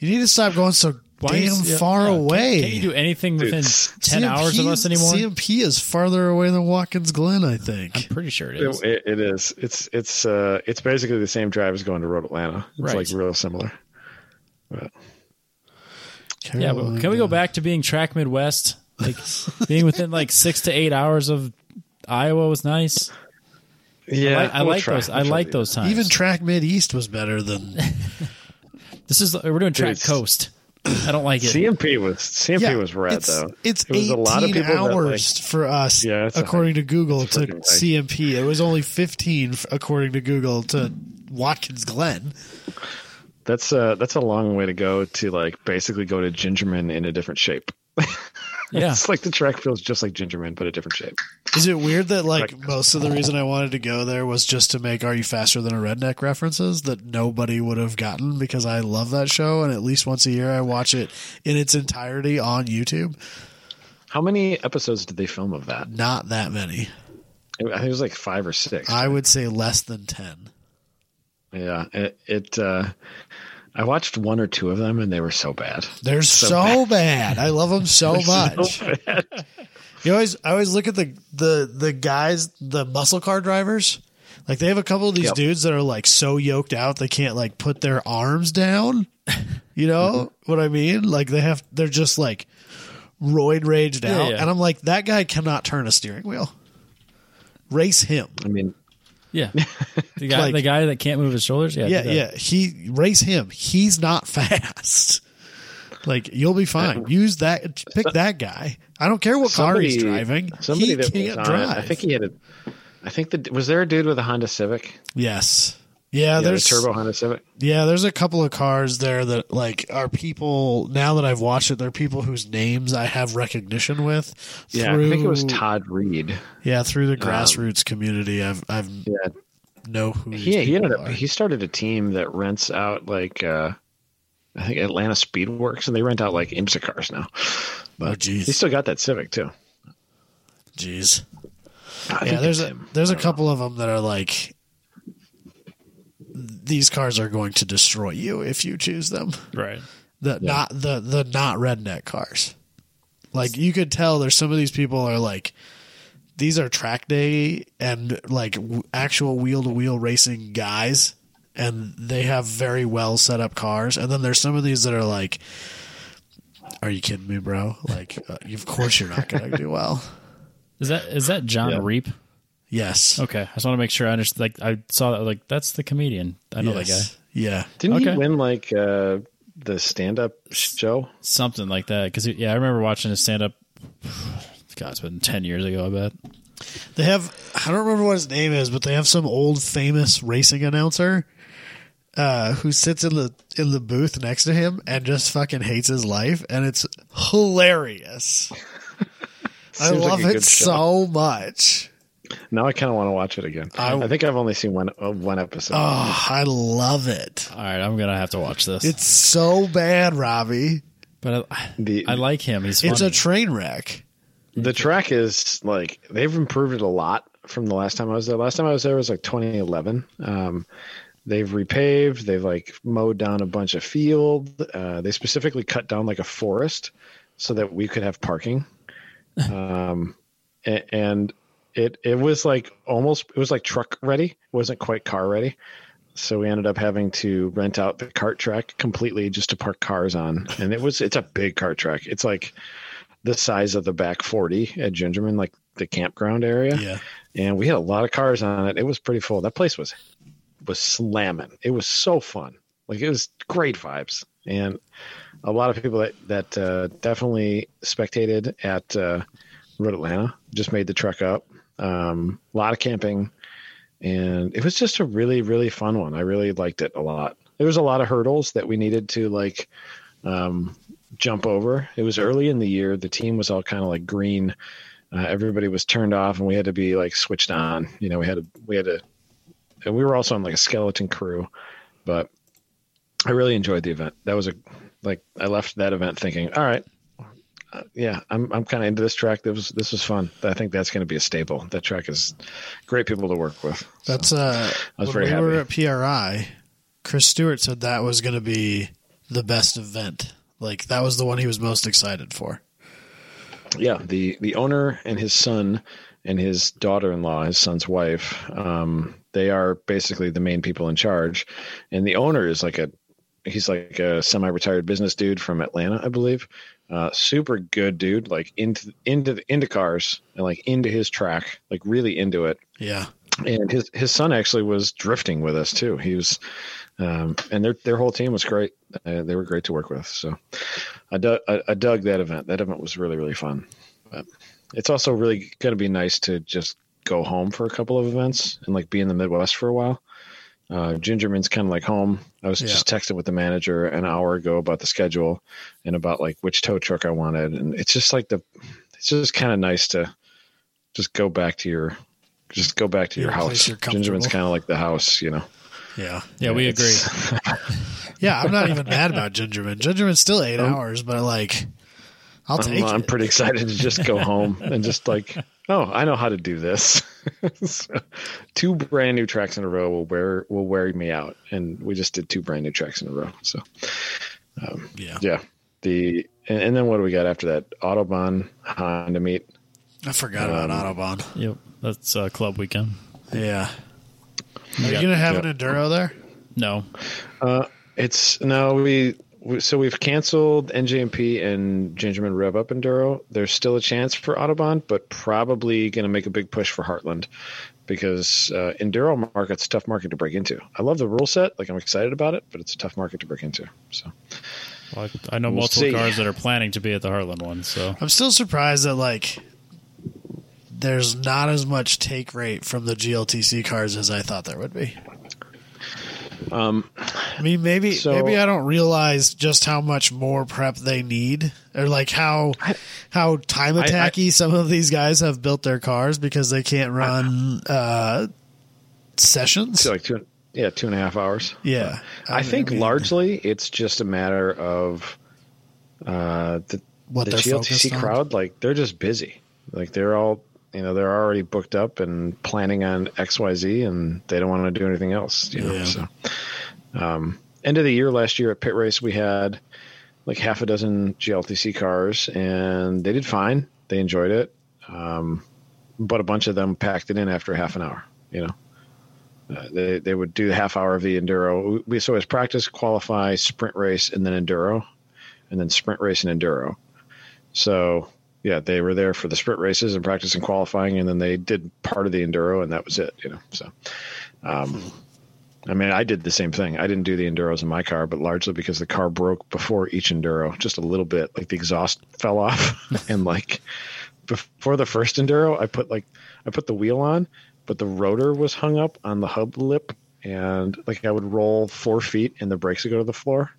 S3: You need to stop going so
S1: Why
S3: damn
S1: is- yeah,
S3: far
S1: yeah. Can't-
S3: away.
S1: Can't, you do anything
S2: Dude,
S1: within
S2: s-
S1: ten hours of us anymore?
S3: CMP is farther away than Watkins Glen, I think.
S1: I'm pretty sure it is.
S2: It, it- it is. It's it's uh it's basically the same drive as going to Road Atlanta. It's
S1: Right.
S2: like real similar. But
S3: Oh
S1: yeah, but can we go back to being track Midwest? Like being within like six to eight hours of Iowa was nice.
S2: yeah,
S1: I, I
S2: we'll
S1: like
S2: try.
S1: those. I
S2: We'll try
S1: like
S2: to do
S1: those times.
S3: Even track mid east was better than
S1: this is we're doing track
S2: it's-
S1: coast. I don't like
S2: that.
S1: it.
S2: CMP was CMP was rad
S3: it's,
S2: though.
S3: It's
S2: It was
S3: eighteen
S2: a lot of people that,
S3: hours for us,
S2: Yeah, it's a
S3: according to Google,
S2: It's
S3: to
S2: fucking hike.
S3: CMP. It was only fifteen, f- according to Google, to Watkins Glen.
S2: That's uh that's a long way to go to like basically go to Gingerman in a different shape.
S1: Yeah.
S2: It's like the track feels just like Gingerman, but a different shape.
S3: Is it weird that like
S2: Correct.
S3: most of the reason I wanted to go there was just to make "Are You Faster Than a Redneck" references that nobody would have gotten because I love that show and at least once a year I watch it in its entirety on YouTube.
S2: How many episodes did they film of that?
S3: Not that many.
S2: I think it was like five or six.
S3: I would say less than ten.
S2: yeah, it. it uh, I watched one or two of them, and they were so bad.
S3: They're so, bad. I love them so much. You always, I always look at the the the guys, the muscle car drivers. Like they have a couple of these
S2: Yep.
S3: dudes that are like so yoked out they can't like put their arms down. You know what I mean? Like they have, they're just like roid raged
S1: Yeah,
S3: out,
S1: yeah.
S3: and I'm like, that guy cannot turn a steering wheel. Race him.
S2: I mean,
S1: Yeah. The guy,
S3: Like-
S1: the guy that can't move his shoulders. Yeah.
S3: yeah,
S1: do that.
S3: yeah. He race him. He's not fast. Like you'll be fine. Use that. Pick that guy. I don't care what car he's driving.
S2: Somebody
S3: he
S2: that
S3: can't
S2: was on
S3: drive.
S2: It, I think he had a. I think that was there a dude with a Honda Civic.
S3: yes. Yeah,
S2: Yeah,
S3: there's
S2: a turbo Honda Civic.
S3: Yeah, there's a couple of cars there that like are people. Now that I've watched it, they're people whose names I have recognition with.
S2: Yeah, I think it was um,
S3: through-
S2: Todd Reed.
S3: Yeah, through the grassroots community, I've I've
S2: Yeah,
S3: know who. these
S2: he, he
S3: people
S2: ended up
S3: are.
S2: he started a team that rents out like uh I think Atlanta Speedworks and they rent out like IMSA cars now.
S3: Oh,
S2: He
S3: jeez,
S2: still got that Civic too.
S3: jeez.
S2: I
S3: Yeah,
S2: think
S3: there's
S2: it's
S3: a
S2: him.
S3: there's a couple of them that are like these cars are going to destroy you if you choose them.
S1: Right.
S3: the not the the not redneck cars. Like you could tell, there's some of these people are like these are track day and like w- actual wheel to wheel racing guys, and they have very well set up cars. And then there's some of these that are like, "Are you kidding me, bro? Like, uh, of course you're not gonna do well."
S1: Is that is that John
S2: Yeah.
S1: Reap?
S3: Yes,
S2: Oh,
S1: Okay, I just want to make sure I understand. Like I saw that. Like that's the comedian. I know that guy.
S3: Yes. Yeah,
S2: Didn't
S1: okay.
S2: he win like uh the stand up show?
S1: Something like that. Because yeah, I remember watching his stand up. God, it's been ten years ago. I bet.
S3: They have I don't remember what his name is, but they have some old famous racing announcer uh, who sits in the in the booth next to him and just fucking hates his life, and it's hilarious. I
S2: Seems like
S3: love
S2: a
S3: it
S2: good show.
S3: so much.
S2: Now I kinda wanna watch it again.
S3: I-
S2: I, think I've only seen one uh, one episode.
S3: Oh, I love it.
S1: All right, I'm gonna have to watch this.
S3: It's so bad, Robbie.
S1: but I,
S2: The-
S1: I like him. He's funny.
S3: It's a train wreck.
S2: the track is like they've improved it a lot from the last time I was there. Last time I was there was like 2011. Um, they've repaved. They've like mowed down a bunch of field. Uh, they specifically cut down like a forest so that we could have parking. Um, a- and it it was like almost it was like truck ready. It wasn't quite car ready. So we ended up having to rent out the cart track completely just to park cars on. And it was it's a big cart track. It's like the size of the back 40 at Gingerman, like the campground area. And we had a lot of cars on it. It was pretty full. That place was was slamming. It was so fun. Like it was great vibes. And a lot of people that that uh, definitely spectated at uh, Road Atlanta just made the trek up. Um, a lot of camping, and it was just a really really fun one. I really liked it a lot. There was a lot of hurdles that we needed to like um, jump over. It was early in the year. The team was all kind of like green. Uh, everybody was turned off, and we had to be like switched on. You know, we had to, we had to, and we were also on like a skeleton crew. But I really enjoyed the event. That was a like I left that event thinking, all right, uh, yeah, I'm I'm kind of into this track. This was this was fun. I think that's going to be a staple. That track is great people to work with.
S3: That's uh
S2: I was
S3: when
S2: very
S3: we
S2: happy.
S3: were at PRI, Chris Stewart said that was gonna be the best event. Like that was the one he was most excited for.
S2: yeah the the owner and his son and his daughter-in-law his son's wife um they are basically the main people in charge and the owner is like a he's like a semi-retired business dude from atlanta i believe uh super good dude like into into the, into cars and like into his track like really into it
S3: Yeah.
S2: and his his son actually was drifting with us too. He was, um, and their their whole team was great. Uh, they were great to work with. So, I dug I, I dug that event. That event was really really fun. But it's also really going to be nice to just go home for a couple of events and like be in the Midwest for a while. Uh, Gingerman's kind of like home. I was
S3: Yeah.
S2: just texting with the manager an hour ago about the schedule and about like which tow truck I wanted, and it's just like the, it's just kind of nice to, just go back to your, just go back to your,
S3: Your place
S2: house.
S3: you're
S2: Gingerman's
S3: comfortable.
S2: kind of like the house, you know.
S3: Yeah.
S1: Yeah, we agree.
S2: It's-
S3: Yeah, I'm not even mad about Gingerman. Gingerman's still 8 hours, but like I'll
S2: I'm,
S3: take
S2: I'm
S3: it.
S2: pretty excited to just go home and just like, oh, I know how to do this. So, two brand new tracks in a row will wear will wear me out, and we just did two brand new tracks in a row. So
S3: yeah.
S2: yeah, the and, and then what do we got after that? Autobahn Honda meet.
S3: I forgot about Autobahn.
S1: Yep, that's uh, club weekend.
S3: Yeah. Are
S1: Yeah.
S3: you going to have
S2: Yeah.
S3: an enduro there?
S1: No,
S2: It's no we. we- So we've canceled NJMP and Gingerman Rev Up Enduro. There's still a chance for Autobahn, but probably going to make a big push for Heartland because uh, Enduro market's a tough market to break into. I love the rule set, like I'm excited about it, but it's a tough market to break into. So
S1: Well, I, I know
S2: We'll
S1: multiple
S2: see.
S1: cars that are planning to be at the Heartland one. So
S3: I'm still surprised that like there's not as much take rate from the GLTC cars as I thought there would be.
S2: um,
S3: I mean, maybe
S2: So-
S3: maybe I don't realize just how much more prep they need, or like how how time
S2: I-
S3: attacky some of these guys have built their cars because they can't run uh, sessions.
S2: so like two, yeah, two and a half hours.
S3: yeah,
S2: I,
S3: mean,
S2: think
S3: mean,
S2: largely it's just a matter of uh, the,
S3: what
S2: the
S3: they're
S2: GLTC
S3: focused on.
S2: crowd, like they're just busy. Like they're all, you know, they're already booked up and planning on X, Y, Z, and they don't want to do anything else. You know,
S3: Yeah.
S2: so um, end of the year last year at pit race, we had like half a dozen GLTC cars, and they did fine. They enjoyed it, um, but a bunch of them packed it in after half an hour. You know. Uh, they they would do the half hour of the enduro. We so it was practice, qualify, sprint race, and then enduro, and then sprint race and enduro. So yeah, they were there for the sprint races and practice and qualifying, and then they did part of the enduro, and that was it. You know, so. Um, I mean, I did the same thing. I didn't do the enduros in my car, but largely because the car broke before each enduro, just a little bit. Like the exhaust fell off, and like before the first enduro, I put like I put the wheel on, but the rotor was hung up on the hub lip, and like I would roll four feet, and the brakes would go to the floor,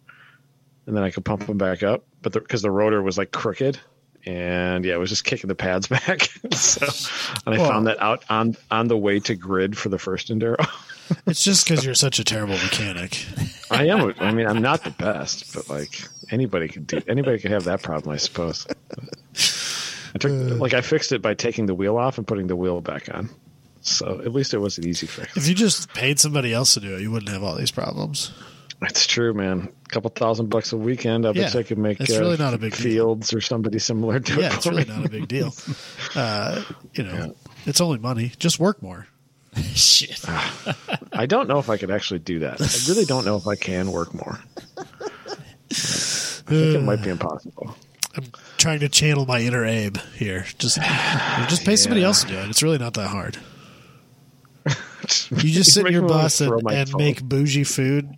S2: and then I could pump them back up. But because the, rotor was like crooked, and yeah, it was just kicking the pads back. so, and I
S3: Well-
S2: found that out on on the way to grid for the first enduro.
S3: It's just because you're such a terrible mechanic.
S2: I am. I mean, I'm not the best, but like anybody could do. Anybody could have that problem, I suppose. I took like I fixed it by taking the wheel off and putting the wheel back on. So at least it was an easy fix.
S3: If you just paid somebody else to do it, you wouldn't have all these problems.
S2: It's true, man. A couple thousand bucks a weekend. I bet
S3: Yeah,
S2: I could make. uh,
S3: it's really not a big deal.
S2: Fields or somebody similar to it
S3: Yeah, it's
S2: for
S3: really
S2: me.
S3: not a big deal. Uh, you know, it's only money. Just work more.
S1: shit.
S2: I don't know if I could actually do that. I really don't know if I can work more. I think it might be impossible.
S3: I'm trying to channel my inner Abe here. Just, just pay somebody
S2: Yeah.
S3: else to do it. It's really not that hard. You just sit in
S2: Make
S3: your
S2: me wanna
S3: bus
S2: throw
S3: and,
S2: my
S3: and
S2: phone.
S3: make bougie food.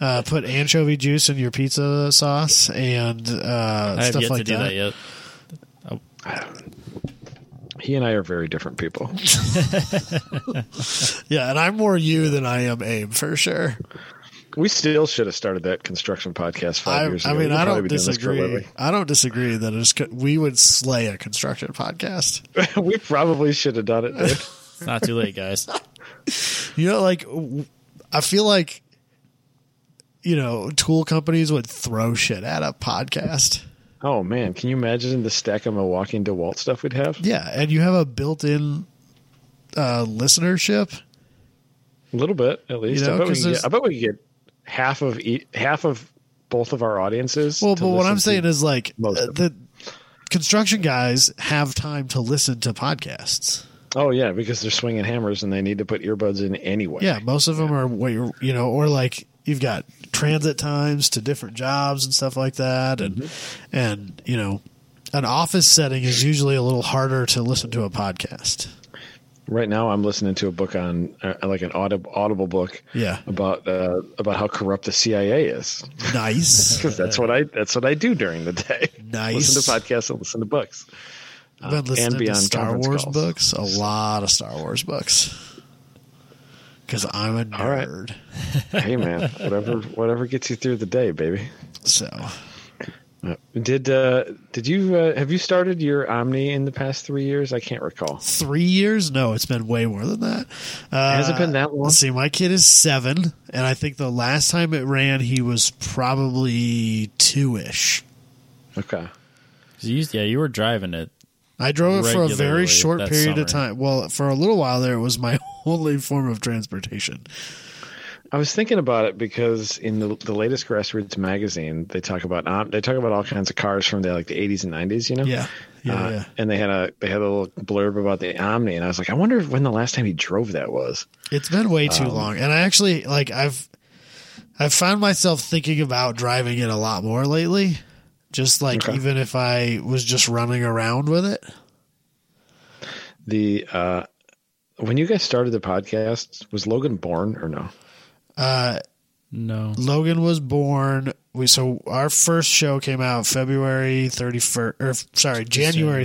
S3: Uh, put anchovy juice in your pizza sauce and uh,
S1: I have
S3: stuff
S1: yet
S3: like
S1: to do that. yet.
S2: He and I are very different people.
S3: Yeah, and I'm more you than I am Abe for sure.
S2: We still should have started that construction podcast five
S3: I,
S2: years
S3: I
S2: ago.
S3: mean,
S2: We'd
S3: I
S2: probably
S3: don't
S2: be doing this for a
S3: disagree. I don't disagree that it's, co- we would slay a construction podcast.
S2: living. we probably should have done it. Dude.
S1: It's not too late, guys.
S3: You know, like w- I feel like you know, tool companies would throw shit at a podcast.
S2: oh man, can you imagine the stack of Milwaukee and DeWalt stuff we'd have?
S3: Yeah, and you have a built-in uh, listenership.
S2: A little bit, at least.
S3: You know,
S2: I, bet we
S3: 'cause
S2: can get,
S3: there's-
S2: I bet we could get half of e- half of both of our audiences.
S3: Well,
S2: to
S3: but what
S2: listen
S3: I'm
S2: to-
S3: saying is like
S2: most
S3: uh,
S2: of
S3: the construction guys have time to listen to podcasts.
S2: oh yeah, because they're swinging hammers and they need to put earbuds in anyway.
S3: Yeah, most of them are way you know, or like you've got transit times to different jobs and stuff like that, and
S2: Mm-hmm.
S3: and you know, an office setting is usually a little harder to listen to a podcast.
S2: Right now, I'm listening to a book on uh, like an audible, audible book
S3: Yeah,
S2: about uh, about how corrupt the CIA is.
S3: nice.
S2: Because that's what I that's what I do during the day.
S3: Nice.
S2: Listen to podcasts and listen to books.
S3: I've been listening
S2: beyond
S3: to Star
S2: conference
S3: Wars
S2: calls.
S3: books, a lot of Star Wars books. because I'm a
S2: All right.
S3: nerd.
S2: hey man, whatever whatever gets you through the day, baby.
S3: So
S2: Did uh did you uh, have you started your Omni in the past three years? I can't recall.
S3: three years? No, it's been way more than that. Uh,
S2: Has it been that long?
S3: Let's see. My kid is seven, and I think the last time it ran, he was probably two ish.
S2: Okay.
S1: You, yeah, you were driving it.
S3: I drove it for a
S1: Regularly,
S3: very short
S1: that
S3: period
S1: summer.
S3: of time. Well, for a little while there, it was my only form of transportation.
S2: I was thinking about it because in the the latest Grassroots magazine, they talk about um, they talk about all kinds of cars from the like the 80s and 90s, you know.
S3: Yeah, yeah,
S2: Uh,
S3: yeah.
S2: And they had a they had a little blurb about the Omni, and I was like, I wonder when the last time he drove that was.
S3: It's been way too
S2: Um,
S3: long, and I actually like I've I've found myself thinking about driving it a lot more lately. Just like
S2: Okay.
S3: even if I was just running around with it,
S2: The uh, when you guys started the podcast, was Logan born or no?
S1: No.
S3: Logan was born. We so our first show came out February thirty first, or sorry, January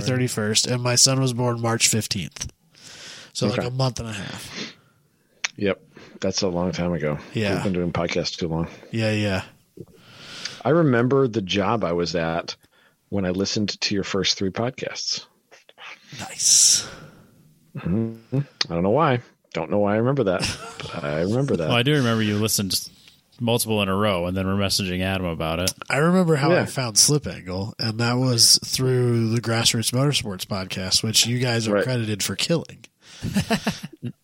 S1: January.
S3: thirty first, and my son was born March fifteenth. So like
S2: Okay.
S3: a month and a half.
S2: Yep, that's a long time ago.
S3: Yeah.
S2: we've been doing podcasts too long.
S3: Yeah, yeah.
S2: I remember the job I was at when I listened to your first three podcasts.
S3: Nice.
S2: I don't know why. Don't know why I remember that. But I remember that.
S1: Well, I do remember you listened to multiple in a row, and then we're messaging Adam about it.
S3: I remember how
S2: Yeah.
S3: I found Slip Angle, and that was through the Grassroots Motorsports podcast, which you guys are
S2: Right.
S3: credited for killing.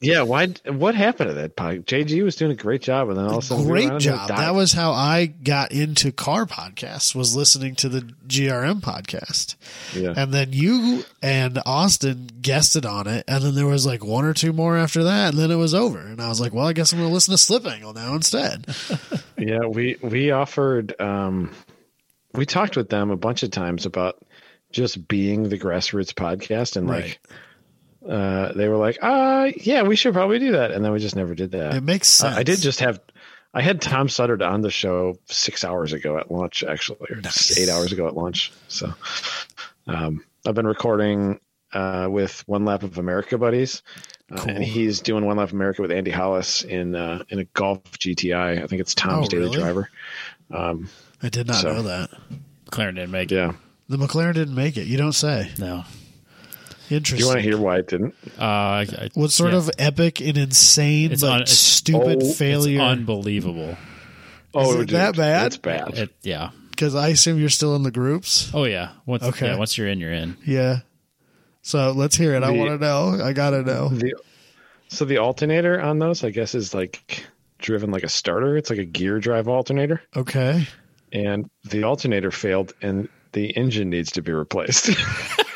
S2: yeah, why? What happened to that podcast? JG was doing a great job, and then all of a sudden, we were on
S3: Great
S2: and
S3: job.
S2: died.
S3: That was how I got into car podcasts was listening to the GRM podcast.
S2: Yeah.
S3: And then you and Austin guested on it. And then there was like one or two more after that. And then it was over. And I was like, well, I guess I'm going to listen to Slip Angle now instead.
S2: Yeah, we we offered um we talked with them a bunch of times about just being the grassroots podcast and like uh they were like, "Uh yeah, we should probably do that." And then we just never did that.
S3: It makes
S2: Uh,
S3: sense.
S2: I did just have I had Tom Sutter on the show 6 hours ago at lunch actually, or
S3: Nice.
S2: 8 hours ago at lunch. So um I've been recording uh with One Lap of America buddies. Uh,
S3: Cool.
S2: and he's doing One Lap of America with Andy Hollis in uh, in a golf GTI. I think it's Tom's
S3: Oh,
S2: daily
S3: really?
S2: driver.
S3: I did not
S2: so.
S3: know that.
S1: Clarence didn't make
S2: Yeah.
S3: The McLaren didn't make it. You don't say.
S1: it. No.
S2: Do you
S3: Interesting.
S2: want to hear why it didn't?
S1: Uh, I, I-
S3: what sort
S1: yeah,
S3: of epic and insane
S1: It's
S3: but
S1: un- it's-
S3: stupid
S2: oh, it's
S1: it's
S3: failure?
S1: unbelievable?
S2: Oh,
S3: it that bad?
S2: It's bad.
S1: It, yeah.
S3: Because I assume you're still in the groups.
S1: Oh yeah. Once,
S3: Okay.
S1: yeah. Once you're in, you're in.
S3: Yeah. So let's hear it. I
S2: The-
S3: want to know. I gotta know.
S2: The- so the alternator on those, I guess, is like driven like a starter. It's like a gear drive alternator,
S3: Okay.
S2: and the alternator failed, and the engine needs to be replaced.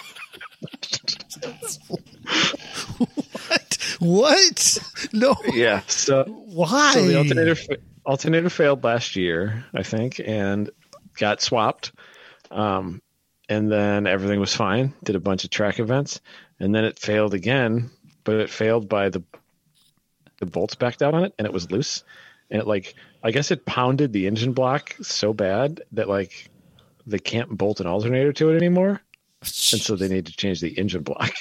S3: What? What? No.
S2: yeah. So,
S3: Why?
S2: so the alternator fa- alternator failed last year, I think, and got swapped. Um, and then everything was fine. Did a bunch of track events, and then it failed again, but it failed by the the bolts backed out on it and it was loose and it like i guess it pounded the engine block so bad that like they can't bolt an alternator to it anymore and so they need to change the engine block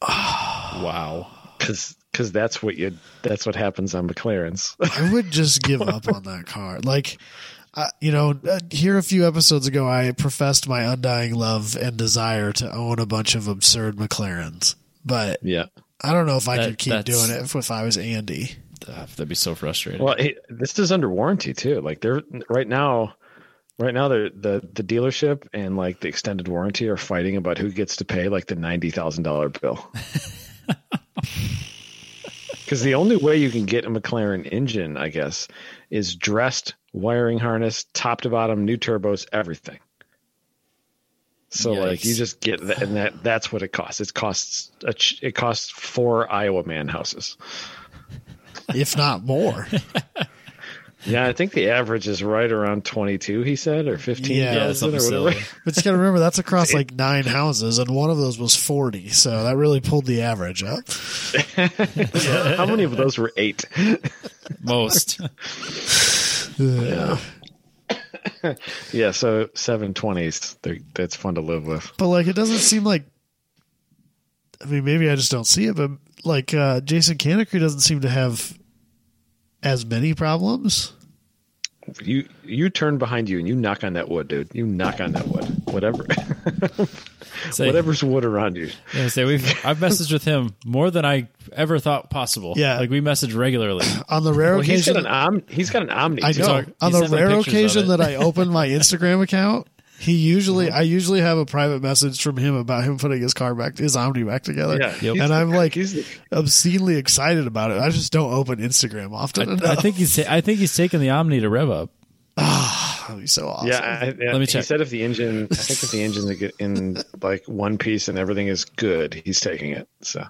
S1: Wow.
S2: because that's what you that's what happens on mclaren's
S3: I would just give up on that car. Like, uh, you know, uh, here a few episodes ago, I professed my undying love and desire to own a bunch of absurd McLarens, but
S2: yeah
S3: I don't know if I
S1: That-
S3: could keep
S1: that's-
S3: doing it if, if I was Andy.
S1: Ah, That'd be so frustrating.
S2: well it, this is under warranty too like they're right now right now they're, the the dealership and like the extended warranty are fighting about who gets to pay like the $90000 bill Because the only way you can get a McLaren engine, I guess, is dressed, wiring harness, top to bottom, new turbos, everything. So like
S1: Yikes.
S2: you just get that, and that that's what it costs. It costs a, ch- it costs four Iowa man houses.
S3: if not more.
S2: Yeah, I think the average is right around twenty two. He said or fifteen.
S3: Yeah,
S1: yeah,
S2: thousand
S1: something
S2: or whatever.
S1: silly.
S3: But you got to remember that's across like nine houses, and one of those was forty, so that really pulled the average up.
S2: How many of those were eight?
S1: Most.
S3: Yeah.
S2: Yeah, so seven twenties. That's fun to live with.
S3: But like, it doesn't seem like. I mean, maybe I just don't see it, but like uh, Jason Canicry doesn't seem to have as many problems.
S2: You you turn behind you and you knock on that wood, dude. You knock on that wood. Whatever.
S1: Say,
S2: Whatever's wood around you.
S1: Yeah, say we've I've messaged with him more than I ever thought possible.
S3: Yeah.
S1: like we message regularly.
S3: On the rare
S2: Well, he's got an
S3: occasion,
S2: om- he's got an omni.
S3: I
S2: too.
S3: know.
S1: He's
S3: On the
S1: sent me
S3: rare
S1: pictures of
S3: occasion
S1: it.
S3: that I open my Instagram account, he usually I usually have a private message from him about him putting his car back, his Omni back together.
S2: Yeah, Yep. he's
S3: And
S2: the-
S3: I'm like
S2: he's the-
S3: obscenely excited about it. I just don't open Instagram often
S1: I
S3: enough.
S1: think he's ta- I think he's taking the Omni to rev up.
S3: That'd be Oh, so awesome.
S2: Yeah, I, I-
S1: Let me
S2: He
S1: check.
S2: said if the engine, I think if the engine's in- in like one piece and everything is good, he's taking it. So,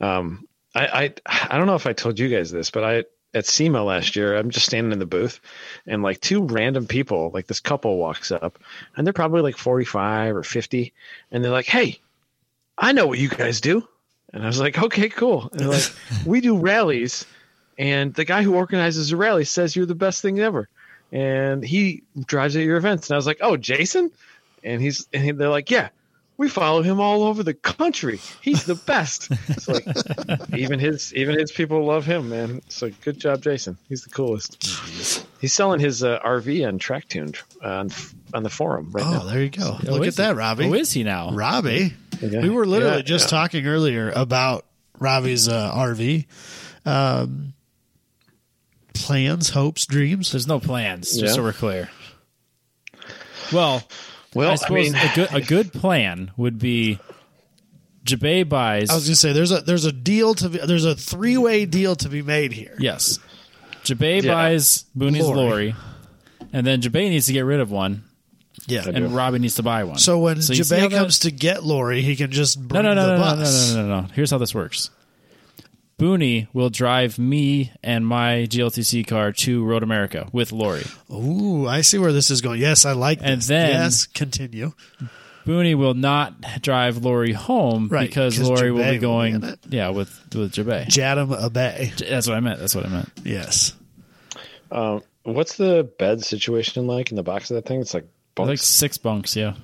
S2: um, I, I, I don't know if I told you guys this, but I at SEMA last year, I'm just standing in the booth, and like two random people, like this couple walks up, and they're probably like 45 or 50, and they're like, "Hey, I know what you guys do," and I was like, "Okay, cool." And they're like, "We do rallies." And the guy who organizes the rally says you're the best thing ever and he drives at your events. And I was like, oh, Jason? And he's and he- they're like, yeah, we follow him all over the country. He's the best. it's like even his even his people love him, man. So good job, Jason. He's the coolest. He's selling his uh, RV on TrackTuned uh, on on the forum right
S3: Oh,
S2: now.
S3: there you go.
S1: Oh,
S3: Look
S1: is
S3: at that,
S1: he?
S3: Robbie.
S1: Who is he now?
S3: Robbie.
S2: Yeah.
S3: We were literally
S2: Yeah,
S3: just talking earlier about Robbie's uh, RV. Um, plans, hopes, dreams.
S1: There's no plans, just
S2: Yeah.
S1: so we're clear. Well,
S2: Well,
S1: I
S2: I
S1: suppose
S2: mean-
S1: a good a good plan would be Jabay buys
S3: I was going to say there's a there's a deal to be, there's a three way deal to be made here.
S1: yes. Jabay
S2: Yeah.
S1: buys Booney's
S3: Lorry.
S1: lorry. and then Jabay needs to get rid of one,
S3: Yeah.
S2: I do.
S1: and Robbie needs to buy one.
S3: So when
S1: you see how
S3: Jabay
S1: that-
S3: comes to get Lori, he can just
S1: no
S3: bring
S1: no no no,
S3: the
S1: no no
S3: bus.
S1: no no no. Here's how this works. Booney will drive me and my GLTC car to Road America with Lori.
S3: Ooh, I see where this is going. Yes, I like
S1: And
S3: this.
S1: then-
S3: yes, continue.
S1: Booney will not drive Lori home
S3: Right,
S1: because
S3: 'cause
S1: Lori will
S3: Jabay will
S1: be
S3: be
S1: going
S3: in it.
S1: yeah with with Jabay.
S3: Jadam Abay.
S1: That's what I meant. That's what I meant.
S3: Yes.
S2: Um, what's the bed situation like in the box of that thing? It's like
S1: Like
S2: bunks.
S1: six bunks, yeah.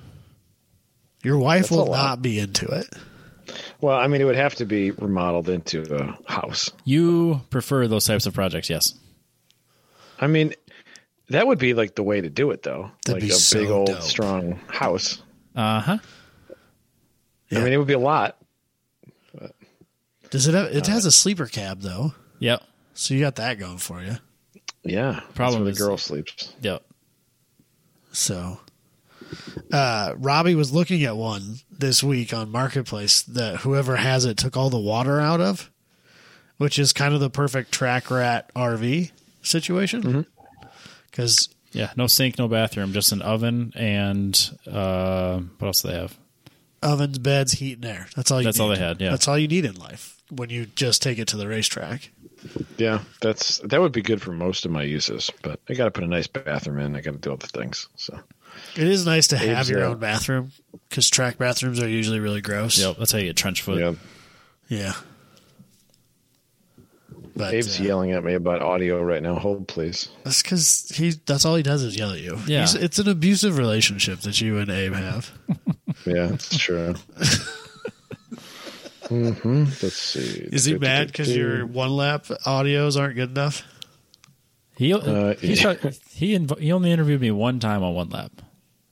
S3: Your wife
S2: a
S3: will
S2: lot.
S3: not be into it.
S2: well, I mean, it would have to be remodeled into a house.
S1: You prefer those types of projects, yes.
S2: I mean, that would be like the way to do it, though.
S3: That'd
S2: like
S3: be
S2: a
S3: so
S2: big old
S3: dope.
S2: strong house.
S1: Uh huh.
S3: Yeah.
S2: I mean, it would be a lot.
S3: Does it have? It has a sleeper cab though,
S1: Yep.
S3: so you got that going for you.
S2: Yeah, that's
S1: Problem
S2: where
S1: is-
S2: the girl sleeps.
S1: Yep.
S3: So, uh, Robbie was looking at one this week on Marketplace that whoever has it took all the water out of, which is kind of the perfect track rat RV situation.
S2: Mm-hmm.
S3: Because
S1: Yeah. No sink, no bathroom, just an oven and uh, what else do they have?
S3: ovens, beds, heat, and air. That's all you
S1: That's
S3: need.
S1: all they had, yeah.
S3: That's all you need in life when you just take it to the racetrack.
S2: Yeah, that's that would be good for most of my uses, but I got to put a nice bathroom in. I got to do all the things. So
S3: It is nice to have
S2: Abe's
S3: your
S2: there.
S3: own bathroom because track bathrooms are usually really gross.
S1: Yep. That's how you get trench foot.
S2: yeah,
S3: Yeah. But,
S2: Dave's
S3: uh,
S2: yelling at me about audio right now. Hold please.
S3: That's because he. That's all he does is yell at you.
S1: Yeah.
S3: He's- it's an abusive relationship that you and Abe have.
S2: Yeah, it's true. hmm Let's see.
S3: Is he mad because your one lap audios aren't good enough?
S1: He
S2: Uh,
S1: he, tried- he, inv- he only interviewed me one time on one lap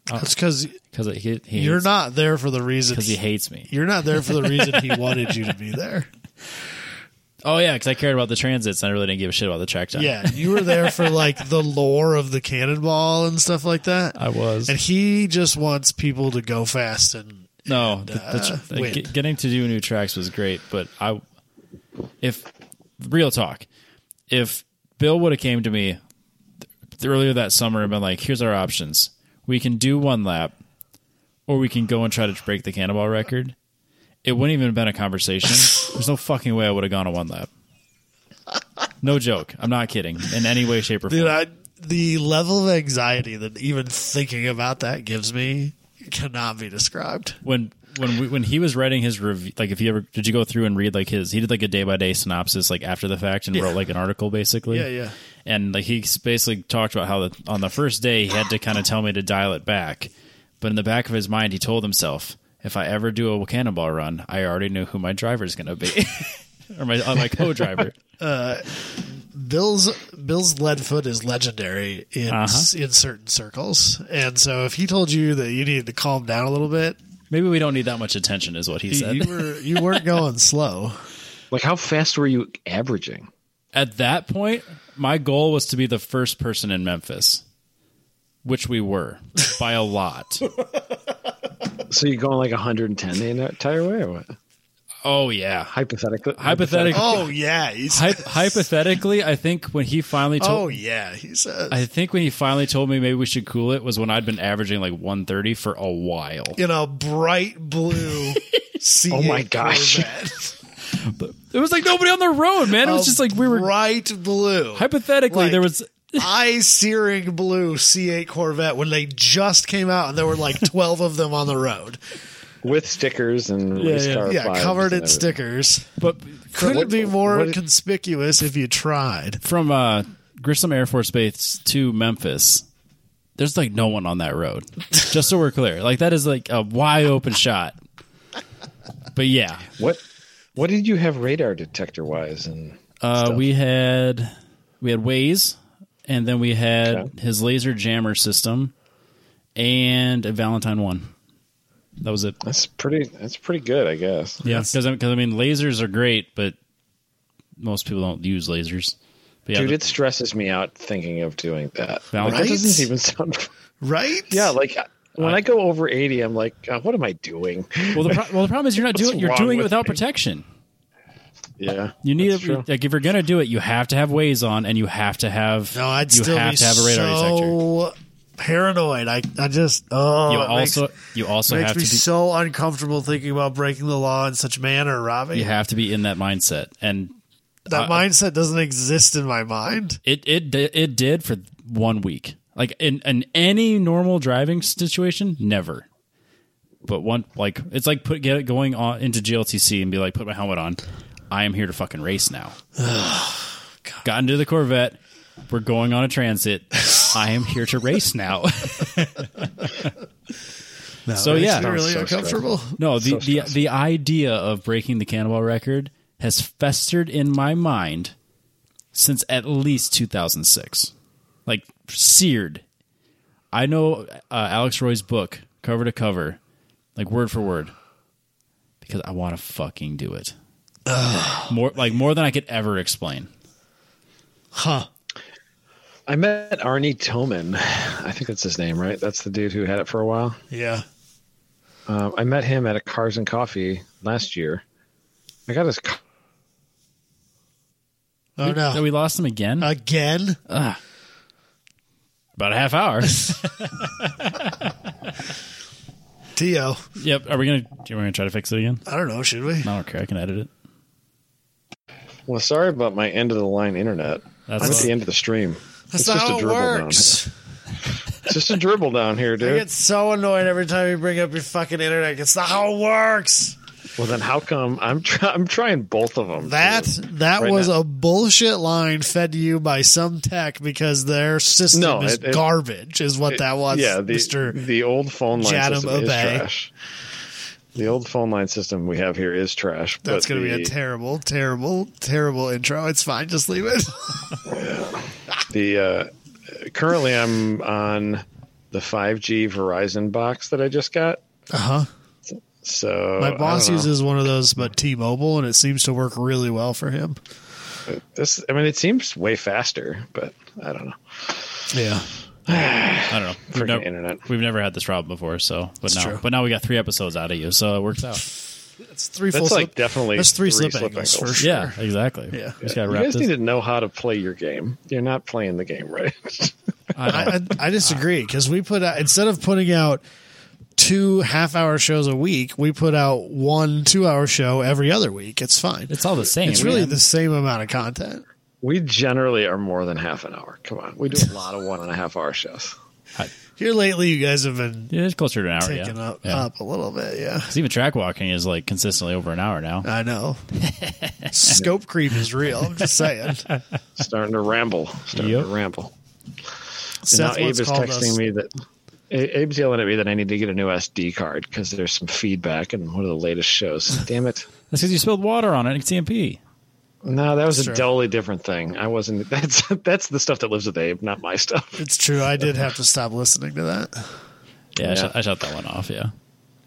S3: That's because
S1: because he, he
S3: Uh, you're not there for the reason.
S1: because he
S3: He,
S1: hates me.
S3: you're not there for the reason he wanted you to be there.
S1: Oh yeah, because I cared about the transits and I really didn't give a shit about the track time.
S3: Yeah, you were there for like the lore of the cannonball and stuff like that.
S1: I was.
S3: and he just wants people to go fast and
S1: No, the, the,
S3: uh, win.
S1: get- getting to do new tracks was great, but I, if real talk, if Bill would have came to me th- earlier that summer and been like, "Here's our options: we can do one lap, or we can go and try to break the cannonball record," it wouldn't even have been a conversation. There's no fucking way I would have gone a one lap. No joke. I'm not kidding in any way, shape, or form.
S3: dude. I, the level of anxiety that even thinking about that gives me cannot be described.
S1: when when we, when he was writing his review, like if you ever did you go through and read like his he did like a day by day synopsis like after the fact and wrote like an article basically.
S3: Yeah, yeah.
S1: And like he s- basically talked about how the, on the first day he had to kind of tell me to dial it back, but in the back of his mind he told himself, if I ever do a cannonball run, I already knew who my driver is going to be, or my uh, my co driver.
S3: Bill's Bill's Leadfoot is legendary in
S1: Uh-huh.
S3: in certain circles, and so if he told you that you needed to calm down a little bit,
S1: Maybe we don't need that much attention, is what he
S3: you,
S1: said.
S3: you were you weren't going slow.
S2: Like, how fast were you averaging?
S1: At that point, my goal was to be the first person in Memphis, which we were by a lot.
S2: So you're going like 110 the entire way, or what?
S1: oh yeah.
S2: Hypothetically,
S1: Hypothetic-
S3: Oh yeah, he's
S1: Hy- hypothetically, I think when he finally told
S3: oh yeah, he's uh,
S1: I think when he finally told me maybe we should cool it was when I'd been averaging like 130 for a while.
S3: in a bright blue. C8
S2: Oh, my gosh.
S3: Corvette.
S1: It was like nobody on the road, man. It was just like we were
S3: bright blue.
S1: hypothetically
S3: like-
S1: there was
S3: eye searing blue C8 Corvette when they just came out and there were like 12 of them on the road.
S2: with stickers and
S1: Yeah,
S2: race
S1: yeah.
S2: car
S3: Yeah,
S2: vibes
S3: covered
S2: and
S3: in
S2: everything.
S3: stickers.
S1: but
S3: Couldn't
S2: What-
S3: be more
S2: what-
S3: conspicuous if you tried.
S1: from uh Grissom Air Force Base to Memphis. There's like no one on that road. Just so we're clear. Like that is like a wide open shot. But yeah.
S2: What what did you have radar detector wise and
S1: Uh, we had we had Waze, and then we had
S2: Okay.
S1: his laser jammer system, and a Valentine one. That was it.
S2: that's pretty that's pretty good, I guess.
S1: Yeah, because I, mean, lasers are great, but most people don't use lasers. But yeah,
S2: Dude,
S1: the-
S2: it stresses me out thinking of doing that.
S1: Val-
S2: Like, that
S1: Right?
S2: doesn't even sound
S3: Right?
S2: Yeah, like when I go over 80, I'm like, God, what am I doing?
S1: well, the pro- well, the problem is you're not
S2: What's
S1: doing you're
S2: wrong
S1: doing it
S2: with
S1: without
S2: me?
S1: protection.
S2: Yeah.
S1: You need
S2: that's
S1: a,
S2: true.
S1: like if you're gonna do it, you have to have Waze on, and you have to have
S3: No, I'd
S1: you
S3: still
S1: have
S3: be
S1: to have a radar detector.
S3: so paranoid. I, I just, oh,
S1: You
S3: it makes-
S1: also you also
S3: makes
S1: have to
S3: me
S1: be,
S3: so uncomfortable thinking about breaking the law in such manner, Robbie.
S1: you uh, have to be in that mindset, and
S3: that mindset doesn't exist in my mind.
S1: It it di- it did for one week. Like in, in any normal driving situation, never. But one like it's like put get it going on into GLTC and be like, put my helmet on. I am here to fucking race now. Got into the Corvette. We're going on a transit. I am here to race now.
S3: No,
S1: So,
S3: it makes
S1: yeah.
S3: me really
S2: So
S3: uncomfortable.
S1: No, the,
S2: So
S1: the the idea of breaking the cannonball record has festered in my mind since at least 2006. Like seared. I know uh, Alex Roy's book cover to cover, like word for word, because I want to fucking do it. more like more than I could ever explain.
S3: Huh.
S2: I met Arnie Toman. I think that's his name, right? That's the dude who had it for a while.
S3: Yeah.
S2: Um, I met him at a Cars and Coffee last year. I got his car.
S3: Oh, no. Uh,
S1: So we lost him again.
S3: Again?
S1: Uh, About a half hour.
S3: Tio.
S1: yep. Are we gonna? Are we gonna try to fix it again?
S3: I don't know, should we?
S1: I don't care. I can edit it.
S2: Well, sorry about my end of the line internet. I'm at
S1: all.
S2: the end of the stream. It's
S3: That's not
S2: just a
S3: how it
S2: dribble down
S3: works.
S2: It's just a dribble down here,
S3: I
S2: dude.
S3: get so annoyed every time you bring up your fucking internet. It's not how it works.
S2: Well, then how come I'm try- I'm trying both of them?
S3: That
S2: dude.
S3: that
S2: Right
S3: was
S2: now.
S3: a bullshit line fed to you by some tech because their system
S2: No,
S3: is
S2: it- it-
S3: garbage, is what that was.
S2: yeah, the
S3: Mr.
S2: the old phone line
S3: Jadam
S2: system is
S3: Obey.
S2: trash. The old phone line system we have here is trash. but
S3: That's going to be
S2: the-
S3: a terrible, terrible, terrible intro. It's fine. Just leave it.
S2: the uh, currently I'm on the 5G Verizon box that I just got.
S3: Uh huh.
S2: So Uh-huh. I
S3: My
S2: don't
S3: boss
S2: know.
S3: uses one of those, but T Mobile, and it seems to work really well for him.
S2: this. I mean, it seems way faster, but I don't know.
S3: Yeah.
S1: I don't know. We've
S2: Freaking
S1: never,
S2: internet.
S1: We've never had this problem before, so but
S3: It's
S1: now
S3: true.
S1: but now we got three episodes out of you, so it works out.
S3: That's three full
S2: That's like
S3: slip-
S2: definitely
S3: That's three,
S2: three
S3: slip,
S2: slip
S3: angles, for
S2: angles.
S3: sure.
S1: Yeah, exactly.
S3: Yeah.
S1: We just gotta
S2: You
S1: wrap
S2: guys
S1: this.
S2: need to know how to play your game. You're not playing the game right.
S1: I don't-
S3: I, I disagree because we put out instead of putting out two half hour shows a week, we put out one two hour show every other week. It's fine. It's,
S1: it's all the same.
S3: really
S1: man.
S3: the same amount of content.
S2: we generally are more than half an hour. Come on, we do a lot of one and a half hour shows.
S3: Here lately, you guys have been
S1: Yeah, it's closer to an hour. Oh, Yeah.
S3: taking up
S1: Yeah.
S3: up a little bit. Yeah,
S1: 'Cause even track walking is like consistently over an hour now.
S3: I know. Scope creep is real. I'm just saying.
S2: Starting to ramble. Starting
S1: Yep.
S2: to ramble. And
S3: Seth
S2: now Abe
S3: once
S2: is
S3: called
S2: texting
S3: us.
S2: me that A- Abe's yelling at me that I need to get a new SD card because there's some feedback in one of the latest shows. Damn it!
S1: That's because you spilled water on it in TMP.
S2: No, that was
S3: That's
S2: a
S3: true.
S2: totally different thing. I wasn't. That's that's the stuff that lives with Abe, not my stuff.
S3: It's true. I did have to stop listening to that,
S1: Yeah, I,
S2: Yeah.
S1: shut, I shut that one off. Yeah,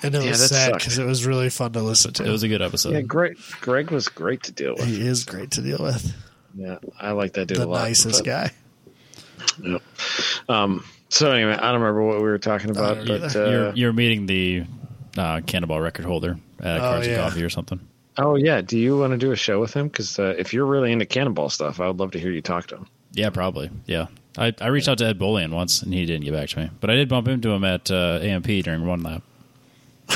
S3: and it
S2: Yeah,
S3: was
S2: that
S3: sad
S2: sucked.
S3: because it was really fun to listen to.
S1: it was a good episode.
S2: Yeah, Greg. Greg was great to deal with.
S3: he is great to deal with.
S2: Yeah, I like that dude
S3: The
S2: a lot.
S3: nicest
S2: but-
S3: guy.
S2: yeah. Um. So anyway, I don't remember what we were talking about,
S3: don't
S2: but
S3: either.
S2: uh,
S1: you're you're meeting the uh, Cannonball record holder at Cards
S3: yeah.
S1: and Coffee or something.
S2: oh yeah, do you want to do a show with him? Because uh, if you're really into cannonball stuff, I would love to hear you talk to him.
S1: Yeah, probably. Yeah, I, I reached out to Ed Bolian once and he didn't get back to me, but I did bump into him at uh, AMP during one lap.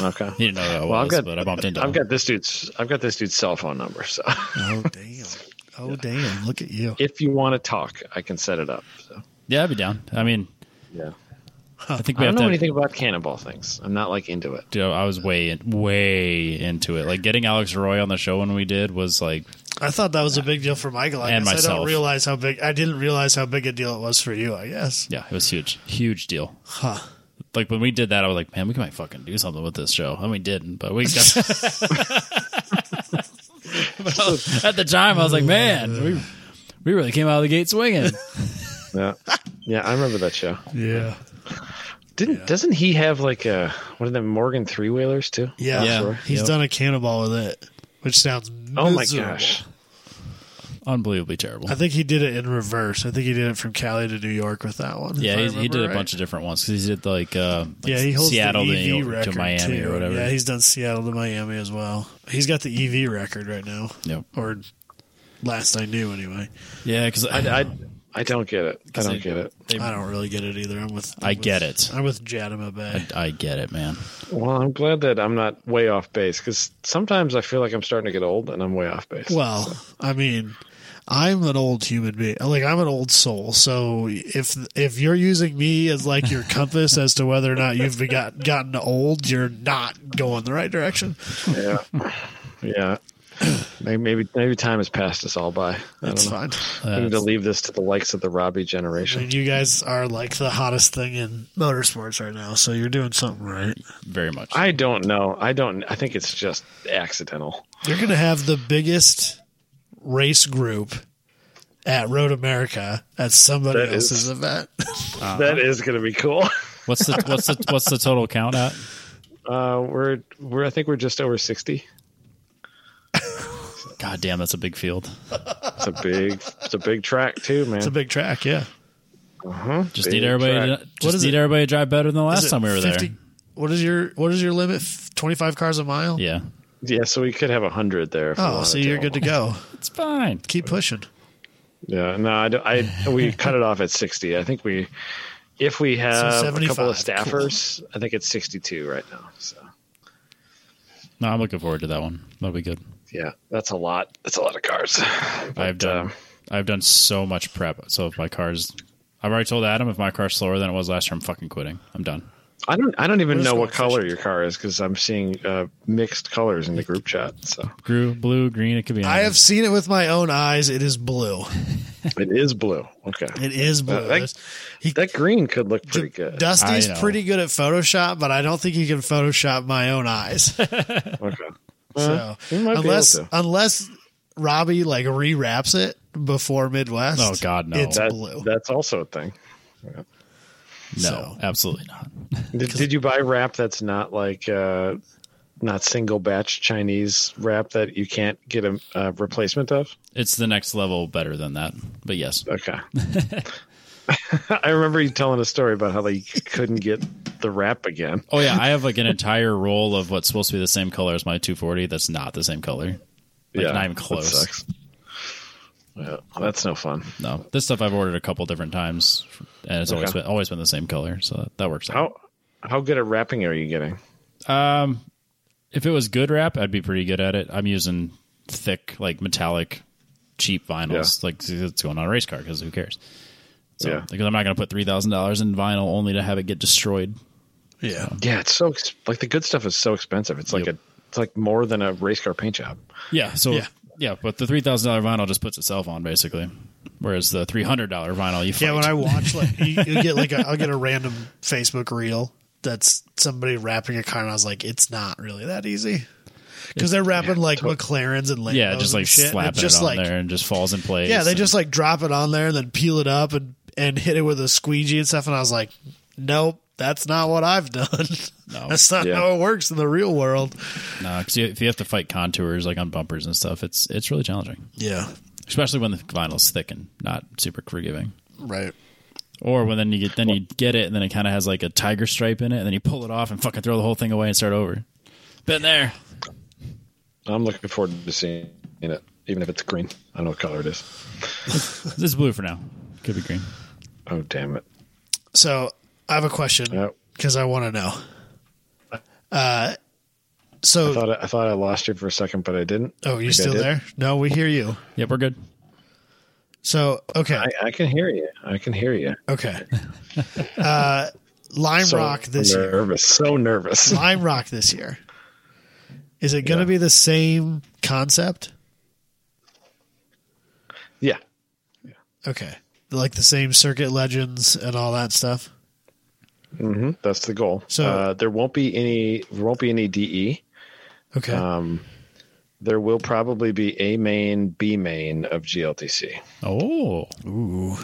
S2: Okay.
S1: He didn't know who I was,
S2: Well, I've got,
S1: but I bumped into him.
S2: I've got this dude's. I've got this dude's cell phone number. So
S3: Oh damn! Oh damn! Look at you.
S2: if you want to talk, I can set it up. So
S1: yeah, I'd be down. I mean,
S2: yeah,
S1: I think we
S2: I
S1: have
S2: don't
S1: to.
S2: know anything about cannonball things. I'm not like into it.
S1: Dude, I was way in- way into it. Like getting Alex Roy on the show when we did was like
S3: I thought that was a big deal for Michael. I
S1: And
S3: guess I
S1: myself.
S3: don't realize how big. I didn't realize how big a deal it was for you. I guess.
S1: yeah, it was huge, huge deal.
S3: Huh.
S1: Like when we did that, I was like, man, we might fucking do something with this show, and we didn't. But we got But I was- at the time, I was like, man, we we really came out of the gate swinging.
S2: Yeah, yeah, I remember that show.
S3: Yeah.
S2: Didn't doesn't he have like a one of them Morgan three wheelers too?
S3: Yeah.
S1: Yeah.
S3: He's
S1: Yep.
S3: done a cannonball with it, which sounds.
S2: Oh my
S3: miserable.
S2: gosh.
S1: Unbelievably terrible.
S3: I think he did it in reverse. I think he did it from Cali to New York with that one. if
S1: Yeah,
S3: I
S1: he, he
S3: remember
S1: did a
S3: right.
S1: bunch of different ones because he did like, uh, like
S3: yeah, he holds
S1: Seattle
S3: the
S1: to
S3: EV
S1: New York- to,
S3: record
S1: Miami
S3: too.
S1: or whatever.
S3: Yeah, he's done Seattle to Miami as well. He's got the EV record right now,
S1: Yep.
S3: or last I knew anyway.
S1: yeah, because
S2: I, I I don't get it. I
S1: they-
S2: don't get it.
S1: they-
S3: I don't really get it either. I'm with. I'm
S1: I get
S3: with-
S1: it.
S3: I'm with Jadima Bay.
S1: I get it, man.
S2: Well, I'm glad that I'm not way off base because sometimes I feel like I'm starting to get old and I'm way off base.
S3: Well, I mean, I'm an old human being. Like I'm an old soul. So if if you're using me as like your compass as to whether or not you've begot, gotten old, you're not going the right direction.
S2: yeah, yeah. Maybe, maybe maybe time has passed us all by. I
S3: It's
S2: don't know.
S3: fine.
S2: We need to
S1: That's-
S2: leave this to the likes of the Robbie
S3: I mean,
S2: generation.
S3: you guys are like the hottest thing in motorsports right now, so you're doing something right.
S1: very much.
S2: I don't know. I don't. I think it's just accidental.
S3: You're going to have the biggest race group at Road America at somebody
S2: That is-
S3: else's event. Uh-huh.
S2: That is going to be cool.
S1: what's the what's the what's the total count at?
S2: Uh, we're we're I think we're just over sixty.
S1: God damn, that's a big field.
S2: It's a big it's a big track too, man.
S3: It's a big track, yeah.
S2: Uh-huh.
S1: Just
S2: Big
S1: need everybody.
S2: track.
S1: To,
S3: What
S1: just
S3: is
S1: need
S3: it?
S1: everybody to drive better than the
S3: Is
S1: last
S3: it
S1: time we were
S3: 50
S1: there.
S3: What is your what is your limit? Twenty five cars a mile.
S1: Yeah,
S2: Yeah, so we could have a hundred there. If we
S3: Oh,
S2: wanted
S3: so you're good to go.
S1: it's fine.
S3: Keep pushing.
S2: Yeah, no, I, don't- I we cut it off at sixty. I think we if we have a couple of
S3: 75, cool.
S2: staffers, I think it's sixty-two right now. So
S1: No, I'm looking forward to that one. That'll be good.
S2: yeah, that's a lot. That's a lot of cars.
S1: I've done
S2: um,
S1: I've done so much prep. So if my car's, I've already told Adam if my car's slower than it was last year, I'm fucking quitting. I'm done.
S2: I don't. I don't even
S3: We're just
S2: know
S3: going
S2: what color your car is because I'm seeing uh, mixed colors in the group chat. So
S1: Grew blue, green. It could be.
S3: I
S1: anything.
S3: have seen it with my own eyes. It is blue.
S2: it is blue. Okay,
S3: It is blue.
S2: Uh, that-
S3: There's- he-
S2: that green could look pretty good.
S3: Dusty's
S1: I know.
S3: pretty good at Photoshop, but I don't think he can Photoshop my own eyes.
S2: Okay.
S3: So
S2: you Uh, might be
S3: unless
S2: able to.
S3: unless Robbie like rewraps it before Midwest.
S1: Oh, God, no.
S3: It's
S2: That-
S3: blue.
S2: That's also a thing.
S1: no,
S3: so.
S1: absolutely not.
S2: Did, did you buy wrap that's not like uh, not single batch Chinese wrap that you can't get a, uh replacement of?
S1: It's the next level better than that. But yes,
S2: Okay. I remember you telling a story about how they couldn't get the wrap again.
S1: Oh yeah, I have like an entire roll of what's supposed to be the same color as my 240. That's not the same color. Like, not even
S2: that
S1: close.
S2: sucks. Yeah, that's no fun.
S1: No, this stuff I've ordered a couple different times, and it's always
S2: Okay.
S1: been always been the same color. So that, that works out.
S2: How how good at wrapping are you getting?
S1: Um, if it was good wrap, I'd be pretty good at it. I'm using thick, like metallic, cheap vinyls. Like it's going on a race car because who cares? So,
S2: Yeah.
S1: Because I'm not going to put three thousand dollars in vinyl only to have it get destroyed.
S3: yeah.
S2: Yeah, it's so ex- like the good stuff is so expensive. It's like
S1: Yep.
S2: a it's like more than a race car paint job.
S1: Yeah. So
S3: Yeah.
S1: yeah, but the three thousand dollar vinyl just puts itself on basically, whereas the three hundred dollar vinyl you fight.
S3: Yeah, when I watch like you, you get like a, I'll get a random Facebook reel that's somebody wrapping a car, and I was like, it's not really that easy. because they're wrapping like McLarens and Lambos.
S1: Yeah, just
S3: and
S1: like
S3: Oh, shit. and
S1: slapping
S3: it's
S1: it
S3: just
S1: on
S3: like,
S1: there and just falls in place.
S3: Yeah, they
S1: and-
S3: just like drop it on there and then peel it up and and hit it with a squeegee and stuff. And I was like, nope, that's not what I've done.
S1: No.
S3: that's not
S2: Yeah.
S3: how it works in the real world.
S1: no, because if you have to fight contours like on bumpers and stuff, it's it's really challenging,
S3: Yeah,
S1: especially when the vinyl's thick and not super forgiving.
S3: right.
S1: Or when then you get then you get it and then it kind of has like a tiger stripe in it and then you pull it off and fucking throw the whole thing away and start over. Been there.
S2: I'm looking forward to seeing it, even if it's green. I don't know what color it is.
S1: This is blue for now. Could be green.
S2: Oh damn it!
S3: So I have a question
S2: Yep.
S3: because I want to know. Uh,
S2: I
S3: so
S2: thought I, I thought I lost you for a second, but I didn't.
S3: oh,
S2: Think I
S3: you still
S2: did.
S3: there? No, we hear you.
S1: Yep, we're good.
S3: So okay,
S2: I, I can hear you. I can hear you.
S3: okay. Uh, Lime Rock this year.
S2: nervous. So nervous.
S3: Lime Rock this year. Is it going to be the same concept?
S2: yeah.
S3: Okay. Like the same circuit legends and all that stuff.
S2: hmm That's the goal.
S3: So-
S2: uh, there won't be any. There won't be any DE.
S3: Okay.
S2: Um, there will probably be a main, B main of GLTC.
S1: Oh,
S3: Ooh.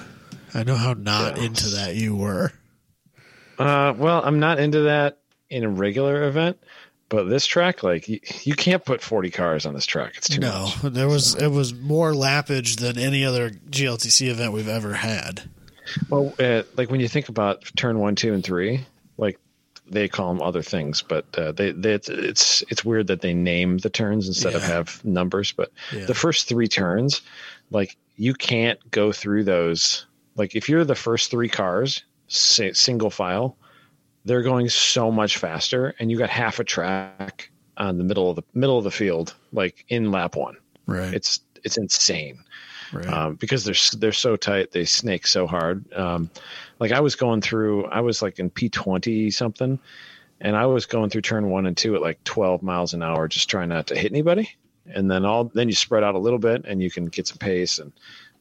S3: I know how not
S2: Yeah.
S3: into that you were.
S2: Uh, well, I'm not into that in a regular event, but this track, like, you, you can't put 40 cars on this track. It's too
S3: No,
S2: much.
S3: there was it was more lappage than any other GLTC event we've ever had.
S2: Well, uh, like when you think about turn one, two, and three, like they call them other things, but uh, they, they it's, it's it's weird that they name the turns instead of
S3: Yeah.
S2: have numbers. But
S3: Yeah.
S2: the first three turns, like you can't go through those. Like if you're the first three cars, si- single file, they're going so much faster, and you got half a track on the middle of the middle of the field, like in lap one.
S3: Right.
S2: It's it's insane
S3: right.
S2: um, because they're s- they're so tight, they snake so hard. Um, like I was going through, I was like in P twenty something, and I was going through turn one and two at like twelve miles an hour, just trying not to hit anybody. And then all then you spread out a little bit, and you can get some pace. And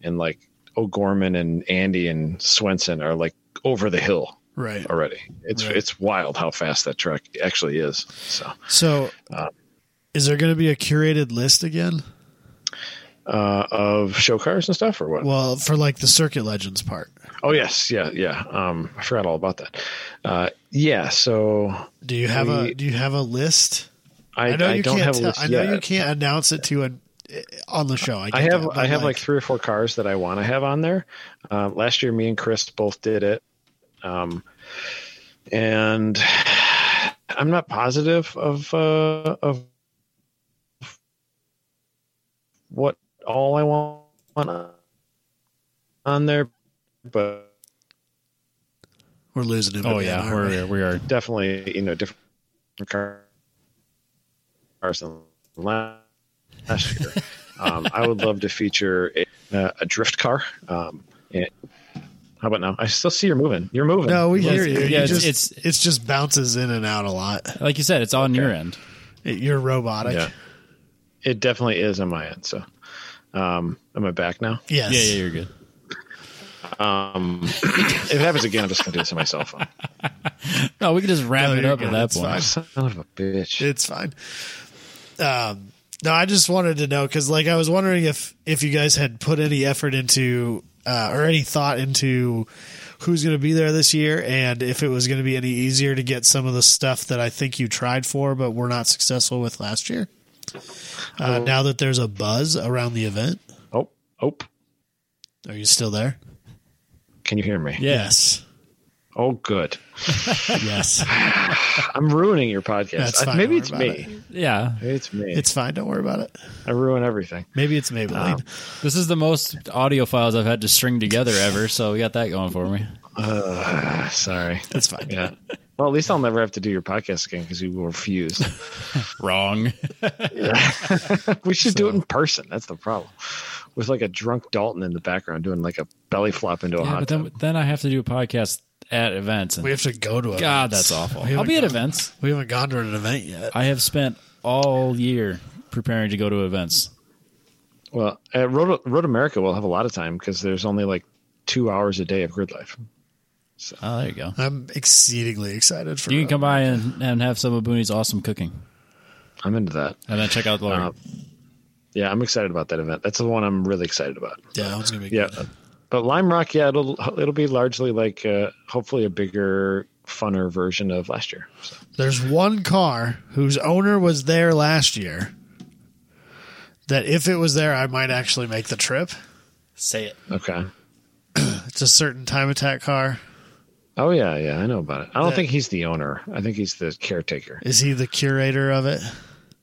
S2: and like O'Gorman and Andy and Swenson are like over the hill
S3: right.
S2: already. It's
S3: Right.
S2: it's wild how fast that track actually is. So
S3: So is there going to be a curated list again?
S2: uh, of show cars and stuff or what?
S3: Well, for like the circuit legends part.
S2: Oh yes, yeah, yeah. Um, I forgot all about that. Uh, yeah, so
S3: Do you have a
S2: We-
S3: do you have a list?
S2: I,
S3: I know
S2: I
S3: you
S2: don't
S3: can't.
S2: have a
S3: tell,
S2: list
S3: I know
S2: yet.
S3: you can't announce it to an on the show. I,
S2: I
S3: get
S2: have
S3: that, but,
S2: I have like, three or four cars that I want to have on there. Uh, last year, me and Chris both did it, um, and I'm not positive of uh, of what all I want on there, but
S3: we're losing him.
S1: oh
S3: again,
S1: yeah,
S3: aren't we?
S1: we're we are.
S2: definitely you know different car- cars than last year. um, I would love to feature a, uh, a drift car. Um, and- how about now? I still see you're moving. You're moving.
S3: No, we
S1: Yeah,
S3: hear you.
S1: it's-
S3: You
S1: yeah, it's-
S3: just, it's,
S1: it's-
S3: just bounces in and out a lot.
S1: Like you said, it's on your end.
S3: You're robotic.
S2: Yeah. It definitely is on my end. So, um, am I back now?
S3: Yes.
S1: Yeah, yeah, you're good.
S2: Um, if it happens again, I'm just gonna do this on my cell phone.
S1: No, we can just wrap
S3: No,
S1: it
S3: you're
S1: up
S3: good.
S1: at that
S3: It's
S1: point.
S3: fine.
S2: Son of a bitch.
S3: It's fine. Um, no, I just wanted to know because, like, I was wondering if if you guys had put any effort into uh, or any thought into who's going to be there this year, and if it was going to be any easier to get some of the stuff that I think you tried for but were not successful with last year.
S1: Oh.
S3: Uh, now that there's a buzz around the event,
S2: oh, oh.
S3: are you still there?
S2: Can you hear me?
S1: Yeah.
S3: Yes.
S2: Oh, good.
S3: Yes.
S2: I'm ruining your
S3: That's
S2: podcast.
S3: fine.
S2: Maybe
S3: Don't
S2: it's,
S3: worry
S2: me.
S3: about
S2: Maybe
S1: Yeah,
S2: it's me.
S3: It's fine. Don't worry about it.
S2: I ruin everything.
S3: Maybe it's Maybelline.
S1: this is the most audio files I've had to string together ever. So we got that going for me.
S2: Uh, sorry.
S3: That's fine.
S2: Yeah. Well, at least I'll never have to do your podcast again because you will refuse.
S1: Wrong.
S2: we should do it in person. That's the problem. With like a drunk Dalton in the background doing like a belly flop into a
S1: Yeah,
S2: hot
S1: but
S2: tub.
S1: then, then I have to do a podcast at events,
S3: We
S1: and
S3: have to go to it.
S1: God, that's awful.
S3: We haven't
S1: I'll be at
S3: gone-
S1: events.
S3: We haven't gone to an event yet.
S1: I have spent all year preparing to go to events.
S2: Well, at Road, Road America, we'll have a lot of time because there's only like two hours a day of grid life.
S1: Oh, there you go.
S3: I'm exceedingly excited for
S1: You can
S3: it.
S1: come by and, and have some of Booney's awesome cooking.
S2: I'm into that.
S1: And then check out Lori.
S2: Uh, yeah, I'm excited about that event. That's the one I'm really excited about.
S3: Yeah, that one's gonna be
S2: Yeah,
S3: good.
S2: but Lime Rock, yeah, it'll it'll be largely like uh, hopefully a bigger, funner version of last year. So,
S3: There's one car whose owner was there last year. That if it was there, I might actually make the trip.
S1: Say it.
S2: okay.
S3: It's a certain time attack car.
S2: Oh yeah, yeah, I know about it. I don't
S3: That-
S2: think he's the owner. I think he's the caretaker.
S3: Is he the curator of it?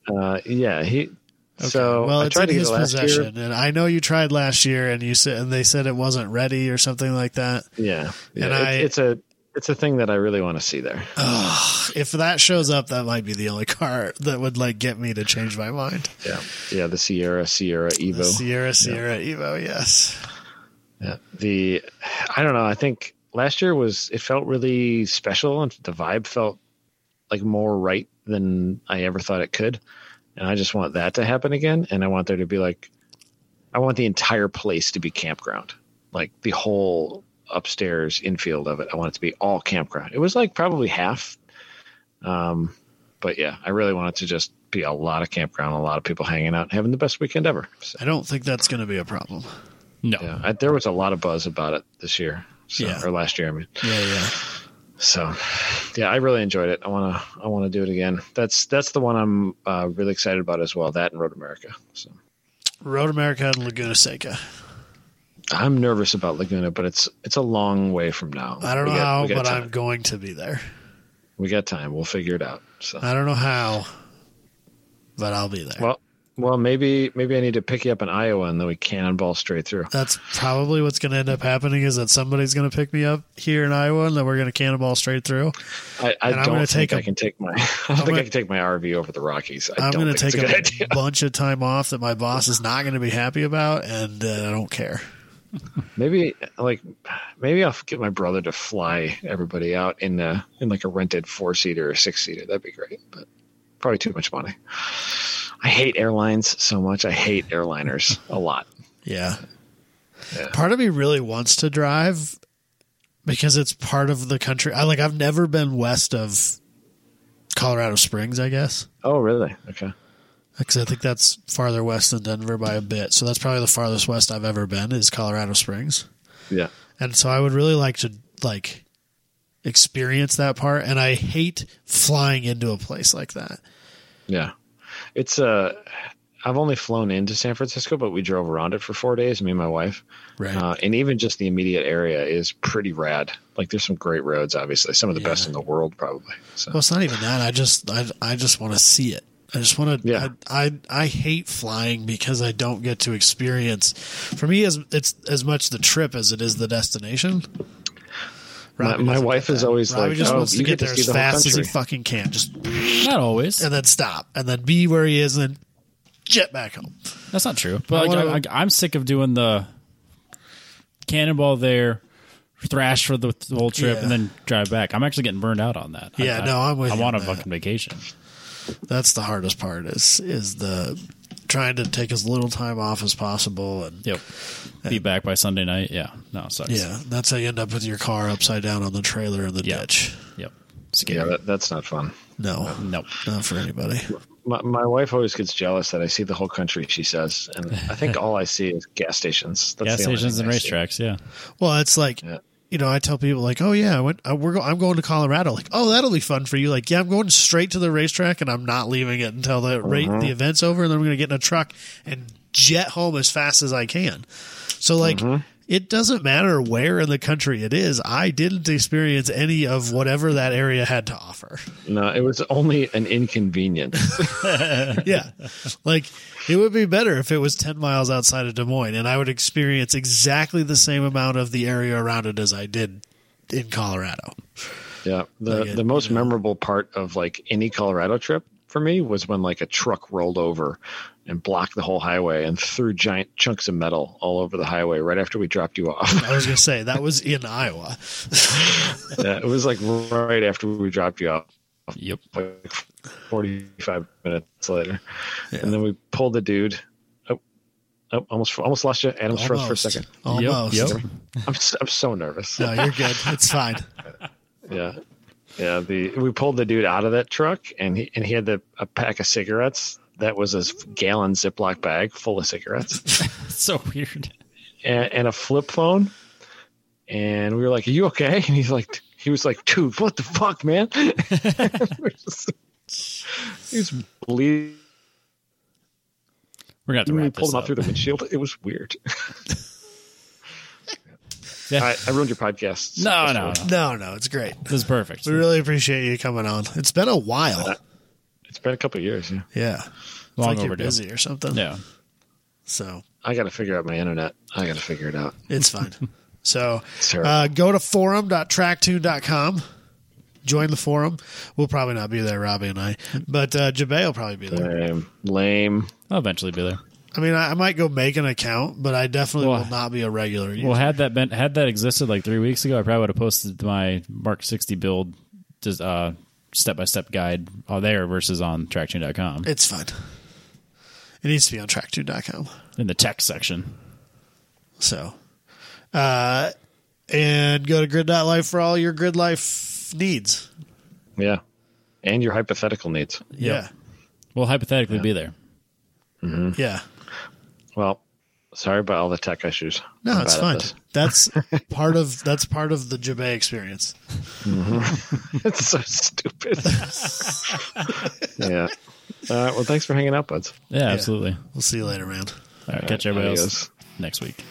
S2: Uh, yeah, he. So
S3: well,
S2: I
S3: it's
S2: tried
S3: in
S2: to get
S3: his
S2: it last
S3: possession, and I know you tried last year, and you said and they said it wasn't ready or something like that.
S2: year. Yeah, yeah.
S3: And
S2: it-
S3: I-
S2: it's a it's a thing that I really want to see there.
S3: If that shows up, that might be the only car that would like get me to change my mind.
S2: Yeah, yeah. The Sierra Sierra Evo.
S3: The Sierra Sierra Evo, yes.
S2: Yeah. The I don't know, I think last year was it felt really special and the vibe felt like more right than I ever thought it could. And I just want that to happen again and I want there to be like I want the entire place to be campground. Like the whole upstairs infield of it. I want it to be all campground. It was like probably half. Um but yeah, I really want it to just be a lot of campground, a lot of people hanging out, having the best weekend ever. So.
S3: I don't think that's going to be a problem.
S1: No.
S2: Yeah, I, there was a lot of buzz about it this year, so,
S3: Yeah.
S2: or last year. I mean,
S3: Yeah, yeah.
S2: so yeah, I really enjoyed it. I wanna, I wanna do it again. That's that's the one I'm uh, really excited about as well. That and Road America. So
S3: Road America and Laguna Seca.
S2: I'm nervous about Laguna, but it's it's a long way from now.
S3: I don't
S2: We
S3: know
S2: got-
S3: how,
S2: we got
S3: but
S2: time.
S3: I'm going to be there.
S2: we got time. We'll figure it out. So
S3: I don't know how, but I'll be there.
S2: well, well, maybe maybe I need to pick you up in Iowa and then we cannonball straight through.
S3: that's probably what's going to end up happening is that somebody's going to pick me up here in Iowa and then we're going to cannonball straight through.
S2: I, I
S3: And I'm
S2: don't
S3: gonna
S2: think
S3: take a-
S2: I can take my. I don't think
S3: gonna-
S2: I can take my RV over the Rockies. I
S3: I'm
S2: don't
S3: going to
S2: think
S3: take
S2: it's a
S3: a
S2: good idea.
S3: bunch of time off that my boss is not going to be happy about, and uh, I don't care.
S2: Maybe like maybe I'll get my brother to fly everybody out in a in like a rented four seater or six seater. That'd be great, but probably too much money. I hate airlines so much. I hate airliners a lot.
S3: Yeah.
S2: Yeah.
S3: Part of me really wants to drive because it's part of the country. I like I've never been west of Colorado Springs, I guess.
S2: Oh, really? Okay.
S3: Because I think that's farther west than Denver by a bit. So that's probably the farthest west I've ever been is Colorado Springs.
S2: Yeah.
S3: And so I would really like to like experience that part and I hate flying into a place like that.
S2: Yeah. It's uh I've only flown into San Francisco, but we drove around it for four days, me and my wife.
S3: Right.
S2: Uh, and even just the immediate area is pretty rad. Like there's some great roads, obviously, some of the best
S3: Yeah.
S2: in the world, probably. So
S3: Well, it's not even that. I just I, I just want to see it. I just want to.
S2: Yeah.
S3: I, I I hate flying because I don't get to experience. For me, as it's as much the trip as it is the destination.
S2: my,
S3: Robbie
S2: my
S3: doesn't
S2: wife
S3: get
S2: is
S3: that.
S2: always
S3: Robbie
S2: like,
S3: just
S2: "Oh,
S3: wants to
S2: you
S3: get there
S2: see
S3: as
S2: the whole
S3: fast as he
S2: country."
S3: fucking can, just
S1: Not always.
S3: and then stop, and then be where he is, and then jet back home.
S1: That's not true. But
S3: I
S1: like,
S3: wanna-
S1: I, I, am sick of doing the cannonball there, thrash for the, the whole trip,
S3: Yeah.
S1: and then drive back. I'm actually getting burned out on that. I-
S3: Yeah,
S1: I,
S3: no, I'm with
S1: I
S3: you
S1: want
S3: on
S1: a
S3: that.
S1: fucking vacation.
S3: That's the hardest part is is the trying to take as little time off as possible and.
S1: Yep. Be back by Sunday night. Yeah. No, it sucks.
S3: Yeah, that's how you end up with your car upside down on the trailer in the
S1: Yeah.
S3: ditch.
S1: Yep.
S2: Yeah,
S1: Scary.
S2: that, that's not fun.
S3: No,
S1: Nope.
S3: not for anybody.
S2: My, my wife always gets jealous that I see the whole country. She says, and I think all I see is gas stations. That's
S1: Gas
S2: the only
S1: stations
S2: thing
S1: and
S2: I see.
S1: racetracks. Yeah.
S3: Well, it's like
S2: Yeah.
S3: you know, I tell people like, "Oh yeah, I went, I, we're go- I'm going to Colorado." Like, "Oh, that'll be fun for you." Like, "Yeah, I'm going straight to the racetrack and I'm not leaving it until the ra- the event's over, and then I'm going to get in a truck and jet home as fast as I can." So like. It doesn't matter where in the country it is. I didn't experience any of whatever that area had to offer.
S2: No, it was only an inconvenience.
S3: yeah. Like it would be better if it was 10 miles outside of Des Moines and I would experience exactly the same amount of the area around it as I did in Colorado.
S2: yeah, the
S3: Like it,
S2: the most
S3: you know.
S2: memorable part of like any Colorado trip for me was when like a truck rolled over and blocked the whole highway and threw giant chunks of metal all over the highway right after we dropped you off.
S3: I was going to say that was in Iowa.
S2: yeah, it was like right after we dropped you off.
S1: Yep.
S2: like 45 minutes later. And then we pulled the dude. Oh, oh almost almost lost you. Adam's froze for a second.
S3: Almost.
S1: Yep. yep.
S2: I'm so, I'm so nervous.
S3: No, you're good. It's fine.
S2: Yeah. Yeah, the we pulled the dude out of that truck, and he and he had the, a pack of cigarettes that was a gallon Ziploc bag full of cigarettes,
S1: It's so weird.
S2: and, and a flip phone. And we were like, "Are you okay?" And he's like, "He was like, dude, what the fuck, man?" We're just- he's bleeding.
S1: We're gonna have to
S2: We
S1: wrap
S2: pulled
S1: this
S2: him out
S1: up.
S2: through the windshield. It was weird.
S1: Yeah.
S2: I, I ruined your podcast.
S1: no, no, no.
S3: No, no, it's great.
S1: This is perfect.
S3: We really appreciate you coming on. It's been a while.
S2: It's been a couple of years. Yeah.
S3: Yeah. It's
S1: Long
S3: like you're
S1: overdue.
S3: busy or something.
S1: Yeah.
S3: So
S2: I got to figure out my internet. I got to figure it out.
S3: it's fine. so
S2: Sure.
S3: uh, go to forum.tracktune.com. Join the forum. We'll probably not be there, Robbie and I, but uh, Jabe will probably be there.
S2: lame. Lame.
S1: I'll eventually be there.
S3: I mean, I, I might go make an account, but I definitely
S1: Well,
S3: will not be a regular. user.
S1: Well, had that been had that existed like three weeks ago, I probably would have posted my Mark sixty build just uh step by step guide on there versus on trackchain.com
S3: it's fine. It needs to be on tracktune.com.
S1: in the tech section.
S3: So, uh, and go to grid.life for all your grid life needs.
S2: Yeah. And your hypothetical needs.
S1: Yep. We'll hypothetically be there.
S3: Yeah. Yeah.
S2: Well, sorry about all the tech issues.
S3: No,
S2: I'm
S3: it's
S2: bad at
S3: fine.
S2: this.
S3: That's part of that's part of the Jabe experience.
S2: it's so stupid. yeah. All right. Well, thanks for hanging out, buds.
S1: Yeah, absolutely.
S3: We'll see you later, man.
S1: All right, catch everybody
S2: Adios.
S1: else next week.